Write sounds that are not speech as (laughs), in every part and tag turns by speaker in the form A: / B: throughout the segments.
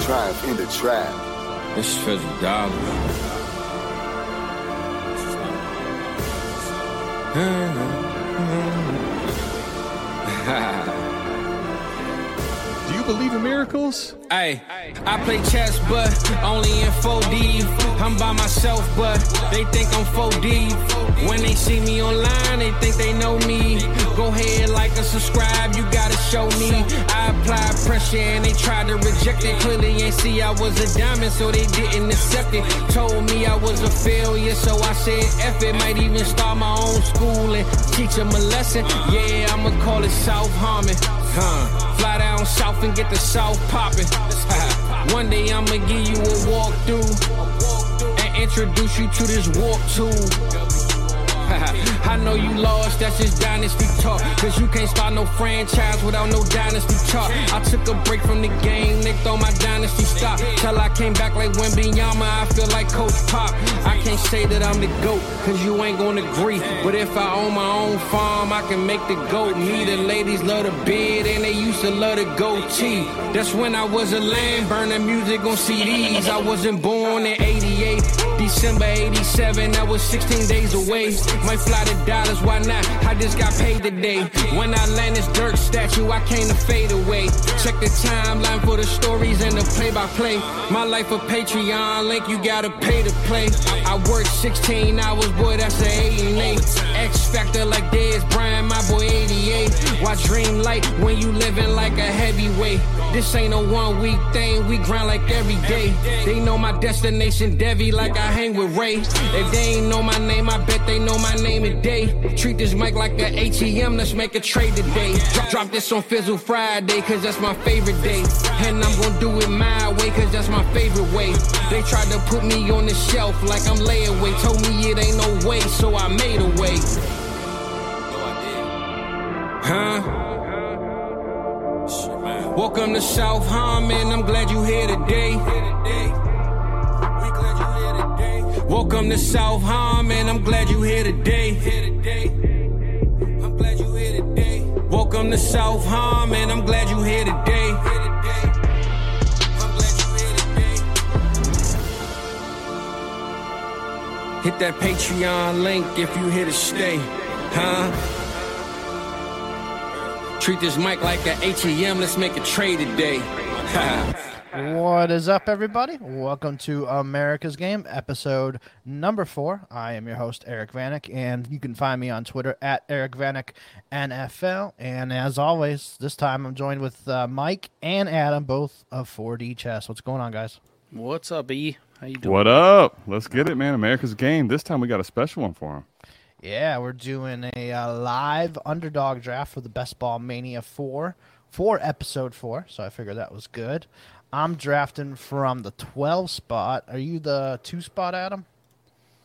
A: Triumph in the trap.
B: This is Frederick Dobbins.
C: Do you believe in miracles?
B: Hey, I play chess, but only in 4D. I'm by myself, but they think I'm 4D. When they see me online, they think they know me. Go ahead, like and subscribe, you gotta show me. I apply pressure and they tried to reject it. Clearly ain't see I was a diamond, so they didn't accept it. Told me I was a failure, so I said F it. Might even start my own school and teach them a lesson. Yeah, I'ma call it self harming. Huh. Fly down south and get the south poppin'. (laughs) One day I'ma give you a walkthrough and introduce you to this walk (laughs) I know you lost, that's just dynasty talk. Cause you can't start no franchise without no dynasty chart. I took a break from the game, they throw my dynasty stop. Till I came back like Wembenyama, I feel like Coach Pop. I can't say that I'm the GOAT, cause you ain't gonna agree. But if I own my own farm, I can make the GOAT. Me, the ladies love the bed, and they used to love the goatee. That's when I was a land burner, music on CDs. I wasn't born in 88. December 87, I was 16 days away. Might fly to dollars, why not? I just got paid today. When I land this Dirk statue, I came to fade away. Check the timeline for the stories and the play by play. My life a Patreon link, you gotta pay to play. I worked 16 hours, boy, that's a 8 and 8. X Factor like Dez Brian, my boy 88. Why dream like when you living like a heavyweight? This ain't no one week thing, we grind like every day. They know my destination, Devi, like I hang with Ray. If they ain't know my name, I bet they know my name today. Treat this mic like an ATM, let's make a trade today. Drop, drop this on Fizzle Friday, cause that's my favorite day. And I'm gonna do it my way, cause that's my favorite way. They tried to put me on the shelf like I'm layaway. Told me it ain't no way, so I made a way. Huh? Welcome to South Harmon, I'm glad you here today. Welcome to South Harmon, I'm glad you here today. I'm glad you here today. Welcome to South Harmon, I'm glad you here today. Hit that Patreon link if you here to stay, huh? Treat this mic like an ATM, let's make a trade today.
D: What is up, everybody? Welcome to America's Game, episode number four. I am your host, Eric Vanek, and you can find me on Twitter at Eric Vanek NFL. And as always, this time I'm joined with uh, Mike and Adam, both of 4D Chess. What's going on, guys?
E: What's up, E? How you doing?
C: What up? Let's get it, man. America's game. This time we got a special one for him.
D: Yeah, we're doing a uh, live underdog draft for the Best Ball Mania 4 for episode 4. So I figured that was good. I'm drafting from the 12 spot. Are you the 2 spot, Adam?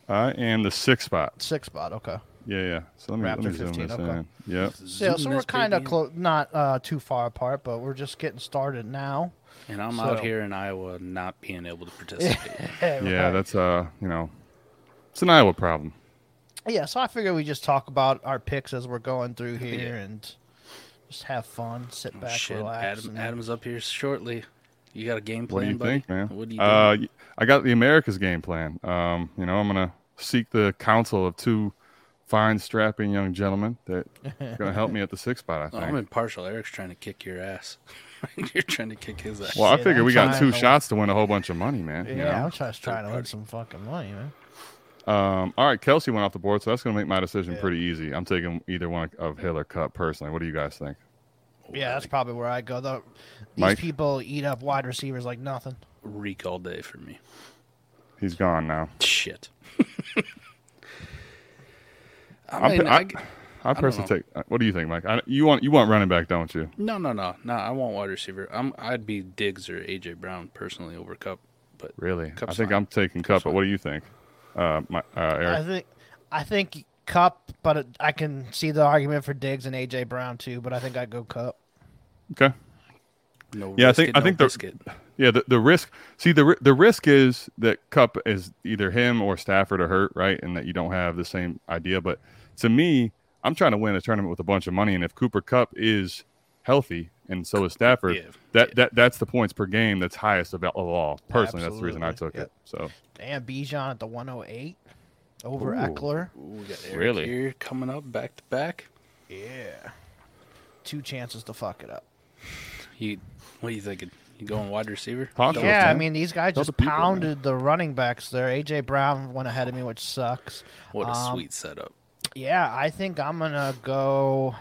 C: I am the sixth spot.
D: 6 spot, okay.
C: Yeah, yeah. So let me, let me
D: Raptor
C: zoom
D: 15,
C: this
D: okay.
C: in. Yep.
D: Yeah, so
E: Zoom
D: we're
E: this
D: kind of
E: baby in.
D: close, not uh, too far apart, but we're just getting started now.
E: And I'm out
D: So-
E: here in Iowa not being able
C: (laughs)
E: to participate.
C: Yeah, that's uh, you know, it's an Iowa problem.
D: yeah. So I figure we just talk about our picks as we're going through here and just have fun, sit back,
E: Oh, Shit,
D: relax.
E: Adam,
D: and-
E: Adam's up here shortly. You got a game
C: What do
E: plan,
C: you
E: buddy?
C: think, man?
E: What do you
C: Uh,
E: think?
C: y- I got the America's game plan. Um, you know, I'm gonna seek the counsel of two fine, strapping young gentlemen that are gonna help me at the sixth spot. I
E: (laughs) Oh,
C: think.
E: I'm impartial. Eric's trying to kick your ass. (laughs) You're trying to kick his ass.
C: well, I
D: Shit,
C: figure
D: I'm
C: we got
D: trying
C: two
D: to-
C: shots to win a whole bunch of money, man. you
D: yeah,
C: know?
D: I'm just trying to win some fucking money, man.
E: Oh,
C: Um, all right, Kelsey went off the board, so that's gonna make my decision pretty easy. I'm taking either one of Hill or Cup personally. What do you guys think?
D: Yeah, that's probably where I go. Though these
C: Mike?
D: people eat up wide receivers like nothing.
E: Reek all day for me.
C: He's gone now.
E: Shit. I
C: (laughs) I'm,
E: mean,
C: I,
E: I g-
C: I personally take. uh, What do you think, Mike? I, you want you want running back, don't you?
E: no, no, no, no. I want wide receiver. I'm. I'd be Diggs or AJ Brown personally over Cup. But
C: Really? I
E: Cup's
C: think
E: fine.
C: I'm taking Cup. But what do you think, uh, my, uh,
D: I
C: Eric?
D: think, I think Cup, but it, I can see the argument for Diggs and AJ Brown too. But I think I go Cup.
C: Okay.
E: no.
C: Yeah, I
E: risk
C: think
E: it,
C: I
E: no
C: think the
E: biscuit.
C: yeah the, the risk. See the ri- the risk is that Cup is either him or Stafford are hurt, right, and that you don't have the same idea. But to me, I'm trying to win a tournament with a bunch of money, and if Cooper Cup is healthy and so is Stafford.
E: Yeah.
C: That that that's the points per game that's highest of, of all. Personally, that's the reason I took
D: Absolutely.
C: it. So
D: Damn, Bijan at the 108 over
C: Ooh.
D: Eckler.
E: Ooh, we got Eric
A: Really?
E: here coming up back to back.
D: Yeah. Two chances to fuck it up.
E: You, what are you thinking? You going wide receiver?
C: talk to us,
D: Yeah, I
C: man.
D: mean, these guys
C: Tell
D: just
C: the people, man.
D: pounded the running backs there. A.J. Brown went ahead of me, which sucks.
E: What a
D: Um,
E: sweet setup.
D: Yeah, I think I'm going to go.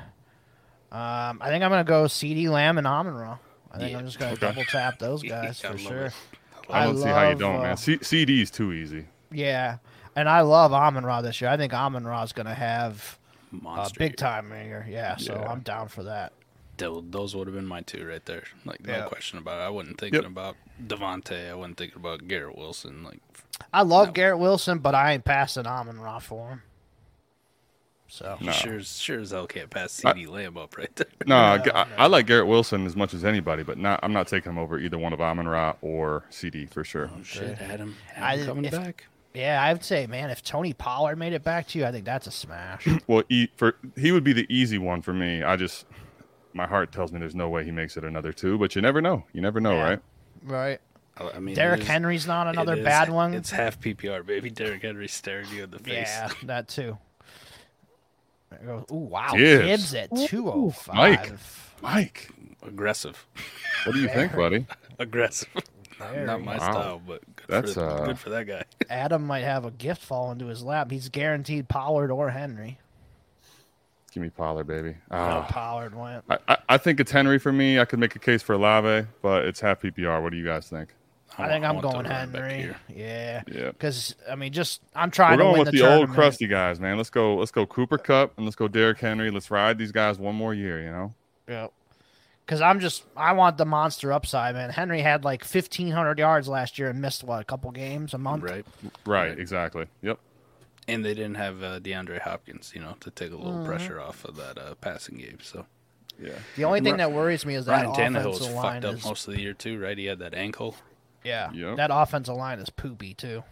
D: Um, I think I'm going to go C.D. Lamb and Amon Ra. I think
E: Yeah.
D: I'm just going to double tap those guys
E: I
D: for
E: love
D: sure.
E: it.
C: I don't see how you
D: love,
C: don't,
D: uh,
C: man. C- CD's too
D: (laughs)
C: easy.
D: Yeah. And I love Amon Ra this year. I think Amon Ra is going to have a
E: Monster.
D: big time year. Yeah, so
C: Yeah.
D: I'm down for that.
E: Tho- Those would have been my two right there. Like, no
D: Yeah.
E: question about it. I wasn't thinking
C: Yep.
E: about Devontae. I wasn't thinking about Garrett Wilson. Like,
D: I love
E: No.
D: Garrett Wilson, but I ain't passing Amon Ra for him. So
E: you sure, as- sure as hell can't pass CD Lamb up right
D: (laughs)
E: there.
C: No, I, I- I like Garrett Wilson as much as anybody, but not I'm not taking him over either one of Amon Ra or CD for sure.
E: Shit, Adam.
D: I-
E: Adam coming
D: if-
E: back.
D: yeah, I'd say, man, if Tony Pollard made it back to you, I think that's a
E: (clears throat)
D: smash.
C: Well, e- for he would be the easy one for me. I just my heart tells me there's no way he makes it another two, but you never know. You never know,
D: Yeah.
C: right?
D: right.
E: I I mean, it
D: Derrick
E: is-
D: Henry's not
E: it
D: another
E: is-
D: bad one.
E: It's half PPR, baby. Derrick Henry staring you in the face.
D: yeah, (laughs) that too. There goes- Ooh, wow.
C: Gibbs.
D: Gibbs at 205.
C: Mike. Mike,
E: Aggressive. (laughs)
C: what do you think, buddy?
E: Aggressive.
D: Very
E: Not my
C: Wow.
E: style, but good,
C: That's,
E: for, the-
C: uh,
E: good for that guy.
D: Adam might have a gift fall into his lap. He's guaranteed Pollard or Henry.
C: Give me Pollard, baby.
D: Oh,
C: Ah.
D: Pollard went.
C: I, I, I think it's Henry for me. I could make a case for Lave, but it's half PPR. What do you guys think?
D: I, think
E: want-
D: I'm
E: want
D: going
E: the running back
D: Henry.
E: here.
D: Yeah.
C: Yeah.
D: Because, I mean, just, I'm
C: We're
D: trying to
C: going
D: win
C: with
D: the,
C: the, old
D: tournament.
C: crusty guys, man. Let's go. Let's go Cooper Cup and let's go Derrick Henry. Let's ride these guys one more year. You know,
D: Yeah. Because I'm just, I want the monster upside, man. Henry had like 1,500 yards last year and missed, what, a couple games a month?
E: Right.
C: right?
E: Right.
C: Exactly. Yep.
E: And they didn't have uh, DeAndre Hopkins, you know, to take a little
D: Mm-hmm.
E: pressure off of that uh, passing game. So
C: Yeah.
D: The only thing
E: Ri-
D: that worries me is that
E: Ryan Tannehill was
D: offensive line
E: fucked up
D: is,
E: most of the year too, right? He had that ankle.
D: yeah,
C: Yep.
D: that offensive line is poopy
E: (laughs)
D: too.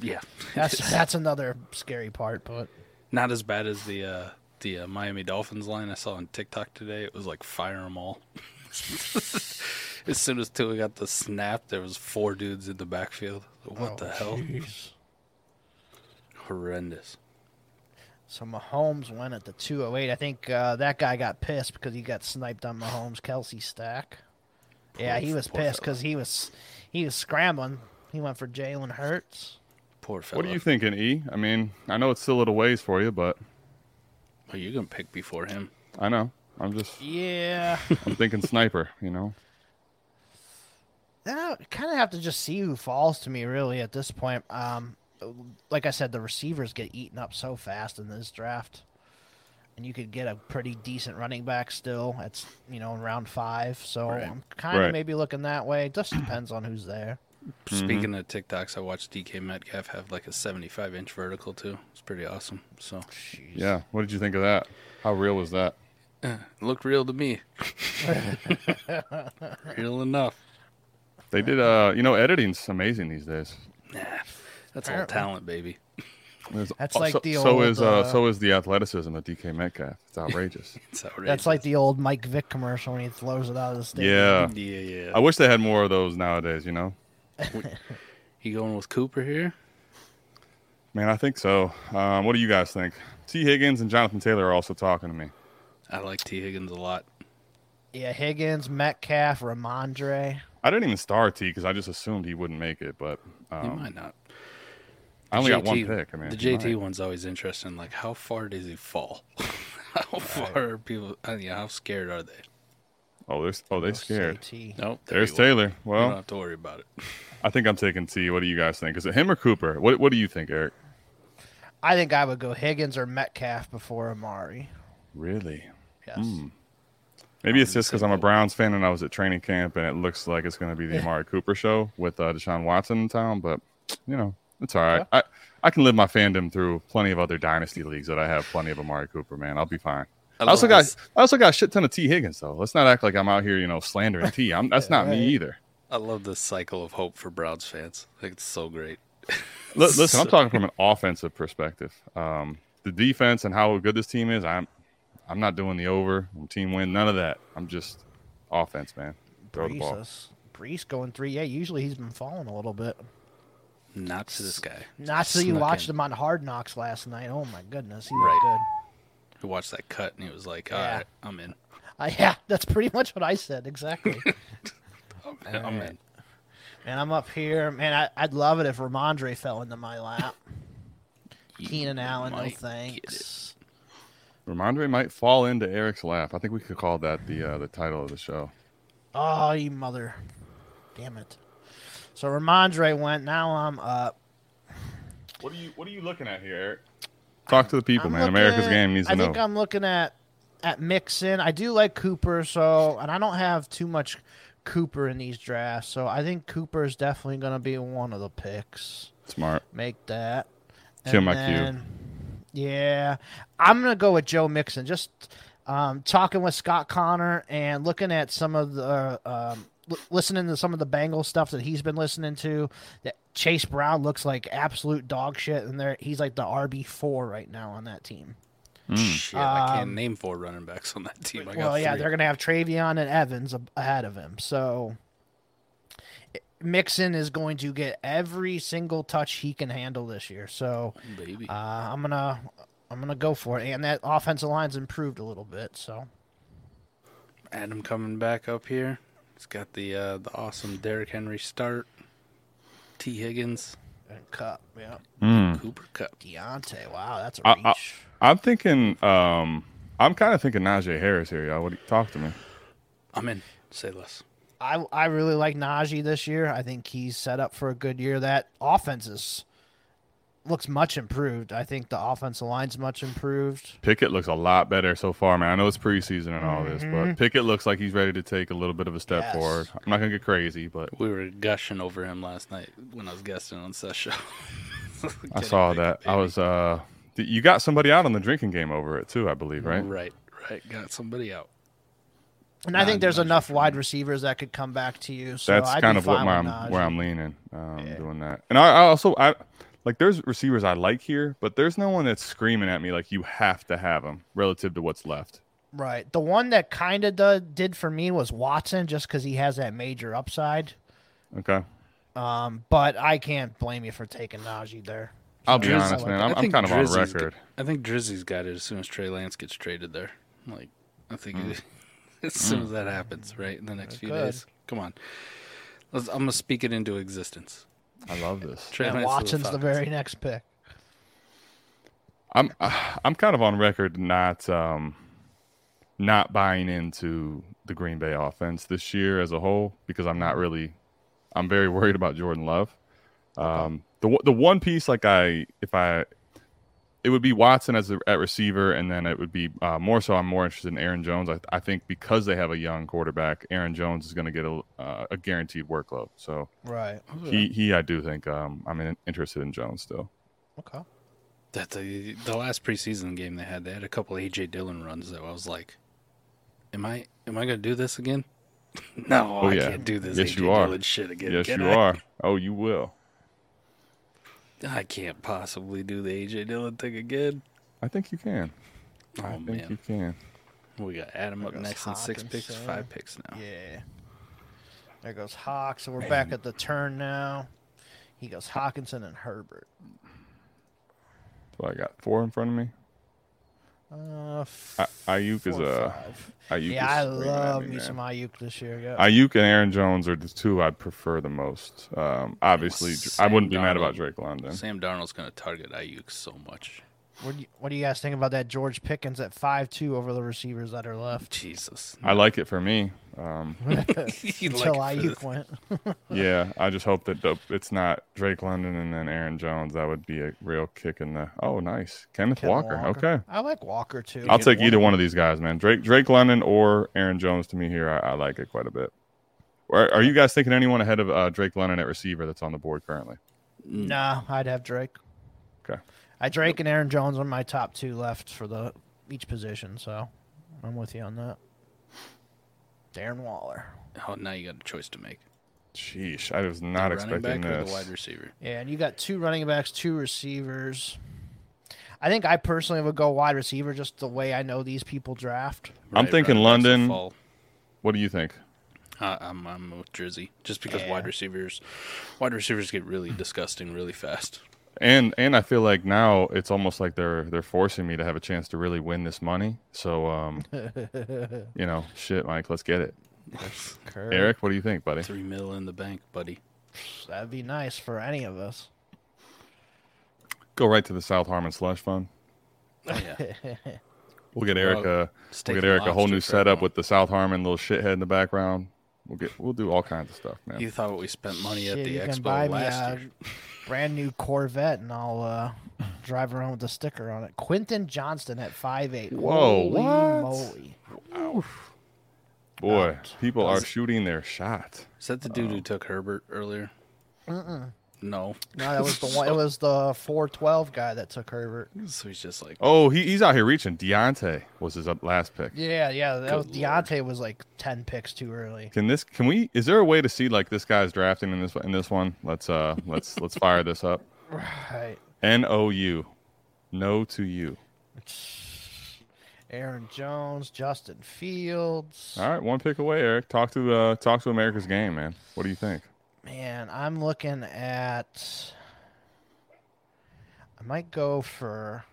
E: Yeah, (laughs)
D: That's that's another scary part, but
E: not as bad as the uh, the uh, Miami Dolphins line I saw on TikTok today. It was like fire them all. (laughs) as soon as Tua got the snap, there was four dudes in the backfield. What
D: Oh,
E: the hell?
D: jeez.
E: Horrendous.
D: So Mahomes went at the 208. I think uh, that guy got pissed because he got sniped on Mahomes Kelsey stack. yeah, he was
E: poor
D: pissed
E: fella.
D: because he was he was scrambling. He went for Jalen Hurts.
E: Poor fella.
C: What are you thinking, E? I mean, I know it's still a little ways for you, but
E: Are you gonna pick before him?
C: I know. I'm just
D: Yeah,
C: I'm thinking (laughs) sniper. You know.
D: Then I kind of have to just see who falls to me really at this point. Um, like I said, the receivers get eaten up so fast in this draft, and you could get a pretty decent running back still. It's you know in round five, so I'm kind of
C: Right.
D: maybe looking that way. It just depends on who's there. Mm-hmm.
E: Speaking of TikToks, I watched DK Metcalf have like a 75 inch vertical too. It's pretty awesome. So
D: Jeez.
C: Yeah. What did you think of that? How real was that?
E: it looked real
D: (laughs)
E: to me. real enough.
C: They did. Uh, you know, editing's amazing these days.
E: That's all
D: Apparently.
E: talent, baby.
C: There's-
D: That's like
C: so,
D: the
C: so
D: old,
C: is uh,
D: uh,
C: so is the athleticism of DK Metcalf. It's
D: (laughs)
C: outrageous.
E: It's outrageous.
D: That's like the old Mike Vick commercial when he throws it out of the stadium.
C: yeah.
E: yeah, yeah.
C: Uh, I wish they had more of those nowadays. You know.
E: you going with Cooper here?
C: Man, I think so. Um, what do you guys think? T. Higgins and Jonathan Taylor are also talking to me.
E: I like T Higgins a lot.
D: yeah. Higgins, Metcalf, Ramondre.
C: I didn't even star T because I just assumed he wouldn't make it, but
E: He
C: um,
E: might not.
C: I only got one
E: JT
C: pick. I mean,
E: the
C: he
E: JT
C: might.
E: one's always interesting. Like, how far does he fall? (laughs) how far are people? I mean, how scared are they?
C: Oh, there's oh they scared.
D: CT.
E: Nope. there
C: There's
E: you go.
C: Taylor.
E: You don't
C: Well,
E: have to worry about it.
C: I think I'm taking T. What do you guys think? Is it him or Cooper? What What do you think, Eric?
D: I think I would go Higgins or Metcalf before Amari.
C: Really?
D: Yes.
C: Hmm. Maybe it's just because I'm a Browns fan and I was at training camp and it looks like it's going to be the Amari Cooper show with uh, Deshaun Watson in town, but you know it's all right. I I can live my fandom through plenty of other dynasty leagues that I have plenty of Amari Cooper. Man, I'll be fine. I,
E: love
C: also got
E: this-
C: I also got a shit ton of T Higgins though. Let's not act like I'm out here you know slandering T. I'm,
E: (laughs)
C: that's not me either.
E: I love this cycle of hope for Browns fans. Like, it's so great. (laughs)
C: Li- Listen, I'm talking from an offensive perspective. Um, the defense and how good this team is, I'm I'm not doing the over team win, none of that. I'm just offense, man. Throw the ball.
D: Brees, Brees going three. Yeah, usually he's been falling a little bit.
E: Not to this guy.
D: Not so you
E: Snuck
D: watched
E: in.
D: him on Hard Knocks last night. Oh my goodness, he
E: Right.
D: was
E: Who watched that cut and he was like, all
D: Yeah.
E: right, I'm in. (laughs)
D: good. Uh, yeah, (laughs) that's pretty much what I said exactly.
E: I'm in.
D: and I'm up here, man. I, I'd love it if Ramondre fell into my
E: (laughs)
D: lap. Keenan Allen, no
E: might get
D: thanks.
C: Ramondre might fall into Eric's lap. I think we could call that the uh, the title of the show.
D: Oh, you mother! Damn it. So Ramondre went. Now I'm up.
C: What are you What are you looking at here, Eric? Talk to the people,
D: I'm
C: man.
D: looking
C: America's
D: at-
C: game needs to
D: I
C: know.
D: think I'm looking at at Mixon. I do like Cooper, so and I don't have too much Cooper in these drafts, so I think Cooper is definitely going to be one of the picks.
C: Smart.
D: Make that.
C: Kill my cue.
D: Yeah, I'm gonna go with Joe Mixon. Just um, talking with Scott Connor and looking at some of the um, l- listening to some of the Bengal stuff that he's been listening to. That Chase Brown looks like absolute dog shit, and there he's like the RB four right now on that team.
C: Hmm.
E: Shit, I can't
D: Um,
E: name four running backs on that team. I got
D: well, yeah,
E: three.
D: they're gonna have Travion and Evans ab- ahead of him, so. Mixon is going to get every single touch he can handle this year. So,
E: Baby.
D: Uh, I'm gonna I'm gonna go for it, and that offensive line's improved a little bit. So
E: Adam coming back up here. He's got the uh, the awesome Derrick Henry start. T. Higgins,
D: and Cup, yeah,
C: Hmm.
E: Cooper Cup.
D: Deontay. Wow, that's a
C: I-
D: reach.
C: I- I'm thinking. Um, I'm kind of thinking Najee Harris here, y'all. What do you, talk to me?
E: I'm in. Say less.
D: I I really like Najee this year. I think he's set up for a good year. That offense is looks much improved. I think the offensive line's much improved.
C: Pickett looks a lot better so far, man. I know it's preseason and all this, but Pickett looks like he's ready to take a little bit of a step
D: Mm-hmm. Yes.
C: forward. I'm not gonna get crazy, but
E: We were gushing over him last night when I was guesting on Seth (laughs) show.
C: I saw that. I was. uh th- You got somebody out on the drinking game over it too, I believe, right?
E: right, right. Got somebody out.
D: And I think there's
E: Najee
D: enough
E: for
D: wide receivers that could come back to you. So
C: That's
D: I'd
C: kind
D: be
C: of what
D: fine
C: my,
D: with
C: I'm- where
D: Najee.
C: I'm leaning. Um,
D: Yeah.
C: Doing that, and I, I also I like there's receivers I like here, but there's no one that's screaming at me like you have to have them relative to what's left.
D: Right. The one that kind of did for me was Watson, just because he has that major upside.
C: Okay.
D: Um, but I can't blame you for taking Najee there.
C: I'll be
D: Drizzy.
C: honest, man.
D: I
C: I'm, I'm
E: think
C: kind of on
E: Drizzy's
C: record.
E: g- I think Drizzy's got it as soon as Trey Lance gets traded there. Like, I think
C: Hmm.
E: it- (laughs) as soon as that happens, right in the next few
D: could.
E: days. Come on, Let's, I'm gonna speak it into existence.
C: I love this.
E: Trey
D: and
E: Lance to
D: Watson's the
E: Falcons.
D: very next pick.
C: I'm I- I'm kind of on record not um not buying into the Green Bay offense this year as a whole because I'm not really I'm very (laughs) worried about Jordan Love. Um the one- the one piece like I if I it would be Watson as a, at receiver, and then it would be uh, more so. I'm more interested in Aaron Jones. I, I think because they have a young quarterback, Aaron Jones is going to get a, uh, a guaranteed workload. So
D: Right.
C: he, he I do think um, I'm in, interested in Jones still.
D: Okay.
E: That the the last preseason game they had, they had a couple AJ Dillon runs that I was like, "Am I am I gonna do this again? (laughs) no,
C: Oh,
E: I
C: yeah.
E: can't do this
C: Yes,
E: AJ
C: you are.
E: Dillon shit again.
C: yes,
E: can
C: you
E: I?
C: are. Oh, you will.
E: I can't possibly do the AJ Dillon thing again.
C: I think you can.
E: Oh
C: I think
E: man,
C: you can.
E: we got Adam up
D: goes
E: next in six
D: Hawkinson.
E: picks, five picks now.
D: Yeah. There goes Hawks. So we're back at the turn now. He goes Hawkinson and Herbert.
C: So I got four in front of me.
D: Uh, f-
C: I- Ayuk is
D: four,
C: a-
D: five.
C: Ayuk
D: Yeah, I
C: is screaming at
D: love me
C: man.
D: some Ayuk this year. Yeah.
C: Ayuk and Aaron Jones are the two I prefer the most. Um, obviously, I
E: Sam
C: wouldn't be mad about
E: Darnold.
C: Drake London.
E: Sam Darnold's gonna target Ayuk so much.
D: what, do you, what do you guys think about that George Pickens at five two over the receivers that are left
E: (laughs) Jesus,
C: I like it for me. Um,
E: You like
D: until
E: it for
D: Ayuk
E: this.
D: went?
C: yeah, I just hope that the, it's not Drake London and then Aaron Jones. That would be a real kick in the. Oh, nice, Kenneth
D: Kenneth
C: Walker. Okay,
D: I like Walker too.
C: I'll take either one of these guys, man. Drake Drake London or Aaron Jones. To me, here I, I like it quite a bit. Are, are you guys thinking anyone ahead of uh, Drake London at receiver that's on the board currently?
D: Nah, I'd have Drake.
C: Okay.
D: I Drake and Aaron Jones are my top two left for the each position, so I'm with you on that. Darren Waller.
E: Oh, now you got a choice to make.
C: Sheesh, I was not
E: the running
C: expecting
E: back or
C: this.
E: the wide receiver.
D: Yeah, and you got two running backs, two receivers. I think I personally would go wide receiver just the way I know these people draft.
C: I'm
E: Right,
C: thinking
E: running backs will
C: London.
E: fall.
C: What do you think?
E: I, Uh, I'm I'm with Drizzy just because wide receivers, wide receivers get
C: (clears throat)
E: really disgusting really fast.
C: And and I feel like now it's almost like they're they're forcing me to have a chance to really win this money. So um, you know, shit, Mike, let's get it.
D: Curve.
C: Eric, what do you think, buddy?
E: Three mil in the bank, buddy.
D: That'd be nice for any of us.
C: Go right to the South Harmon slush fund.
E: Oh,
C: (laughs)
E: yeah,
C: We'll get Eric
E: Well,
C: a we'll
E: steak
C: get
E: and
C: Eric a whole
E: lobster
C: new
E: for
C: setup
E: everyone.
C: with the South Harmon little shithead in the background. We'll get we'll do all kinds of stuff, man.
E: you thought we spent money at
D: Shit,
E: the
D: you can
E: expo
D: buy me
E: last
D: a
E: year.
D: brand new Corvette, and I'll uh, drive around with a sticker on it. Quentin Johnston at 5'8".
C: Whoa,
D: Holy
C: what?
D: moly.
C: Boy, people are shooting their shot.
E: Is that the dude
C: Oh.
E: who took Herbert earlier? Mm-mm. No.
D: No, that
E: (laughs)
D: was the one. It was the 4'12 guy that took Herbert.
E: So he's just like,
C: Oh, he, he's out here reaching. Deontay was his up- last pick.
D: Yeah, yeah. That was,
E: Good lord.
D: Deontay was like 10 picks too early.
C: Can this? Can we? Is there a way to see like this guy's drafting in this in this one? Let's uh let's let's fire this up.
D: Right.
C: N O U, no to you.
D: Aaron Jones, Justin Fields.
C: All right, one pick away, Eric. Talk to uh talk to America's game, man. What do you think?
D: Man, I'm looking at. I might go for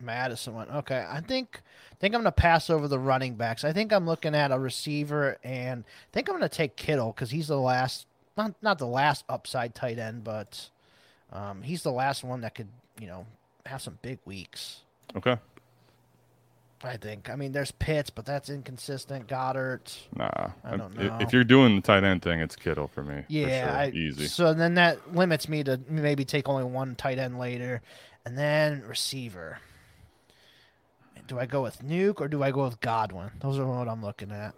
D: Madison one. Okay, I think think I'm gonna pass over the running backs. I think I'm looking at a receiver, and I think I'm gonna take Kittle because he's the last not not the last upside tight end, but um, he's the last one that could you know have some big weeks.
C: Okay.
D: I think. I mean, there's Pitts, but that's inconsistent. Goddard.
C: Nah.
D: I don't
C: If-
D: know.
C: If you're doing the tight end thing, it's Kittle for me. for
D: Yeah,
C: sure.
D: I,
C: easy.
D: So then that limits me to maybe take only one tight end later, and then receiver. Do I go with Nuke or do I go with Godwin? Those are what I'm looking at.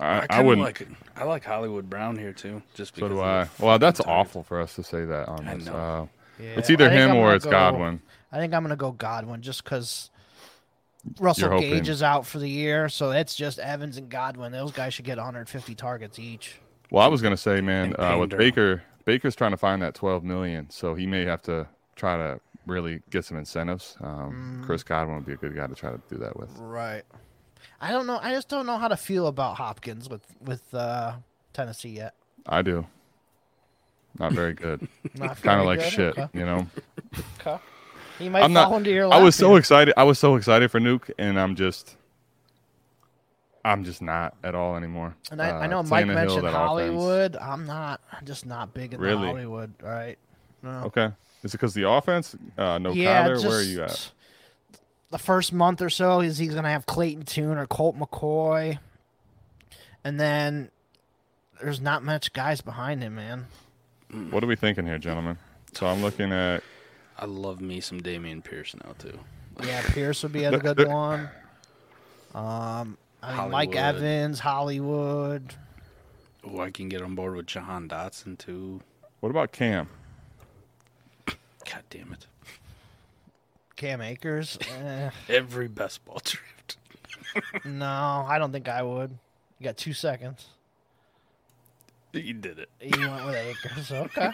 C: I, I,
E: kinda
C: wouldn't.
E: Like, I like Hollywood Brown here too, just
C: so
E: because.
C: do I.
E: of the
C: Well, that's
E: fucking targets.
C: awful for us to say that on
E: I
C: this.
E: know.
C: Uh,
D: Yeah,
C: it's either
D: I think
C: him
D: I'm
C: or
D: gonna
C: it's
D: go-
C: Godwin.
D: I think I'm gonna go Godwin just because Russell
C: hoping.
D: Gage is out for the year, so it's just Evans and Godwin. Those guys should get 150 targets each.
C: Well, I was gonna say, man,
E: And
C: uh, with
E: Pander.
C: Baker, Baker's trying to find that 12 million, so he may have to try to really get some incentives.
D: Mm.
C: Um, Chris Godwin would be a good guy to try to do that with.
D: Right. I don't know. I just don't know how to feel about Hopkins with with uh, Tennessee yet.
C: I do. Not very good. kind
D: Not feeling
C: of like
D: good?
C: shit,
D: Okay.
C: you
D: (laughs)
C: know.
D: Okay. He might
C: I'm
D: fall
C: not.
D: into your lap.
C: I was so
D: here.
C: excited. I was so excited for Nuke, and I'm just, I'm just not at all anymore.
D: And I, I
C: Uh,
D: know Mike
C: Tannehill,
D: mentioned
C: that offense.
D: Hollywood. I'm not. I'm just not big in
C: Really?
D: Hollywood. All right. No.
C: Okay, is it because the offense? Uh, no
D: yeah.
C: Kyler.
D: Just
C: Where are you at?
D: The first month or so is he's gonna have Clayton Tune or Colt McCoy, and then there's not much guys behind him, man.
C: What are we thinking here, gentlemen? So I'm looking at
E: I love me some Damian Pierce now too.
D: Yeah, Pierce would be a good one. Um, I mean, Mike
E: Hollywood.
D: Evans, Hollywood.
E: Oh, I can get on board with Jahan Dotson too.
C: what about Cam?
E: God damn it!
D: Cam Akers? Eh,
E: Every best ball (laughs) draft.
D: no, I don't think I would. You got two seconds.
E: You did it.
D: You went with Akers. Okay.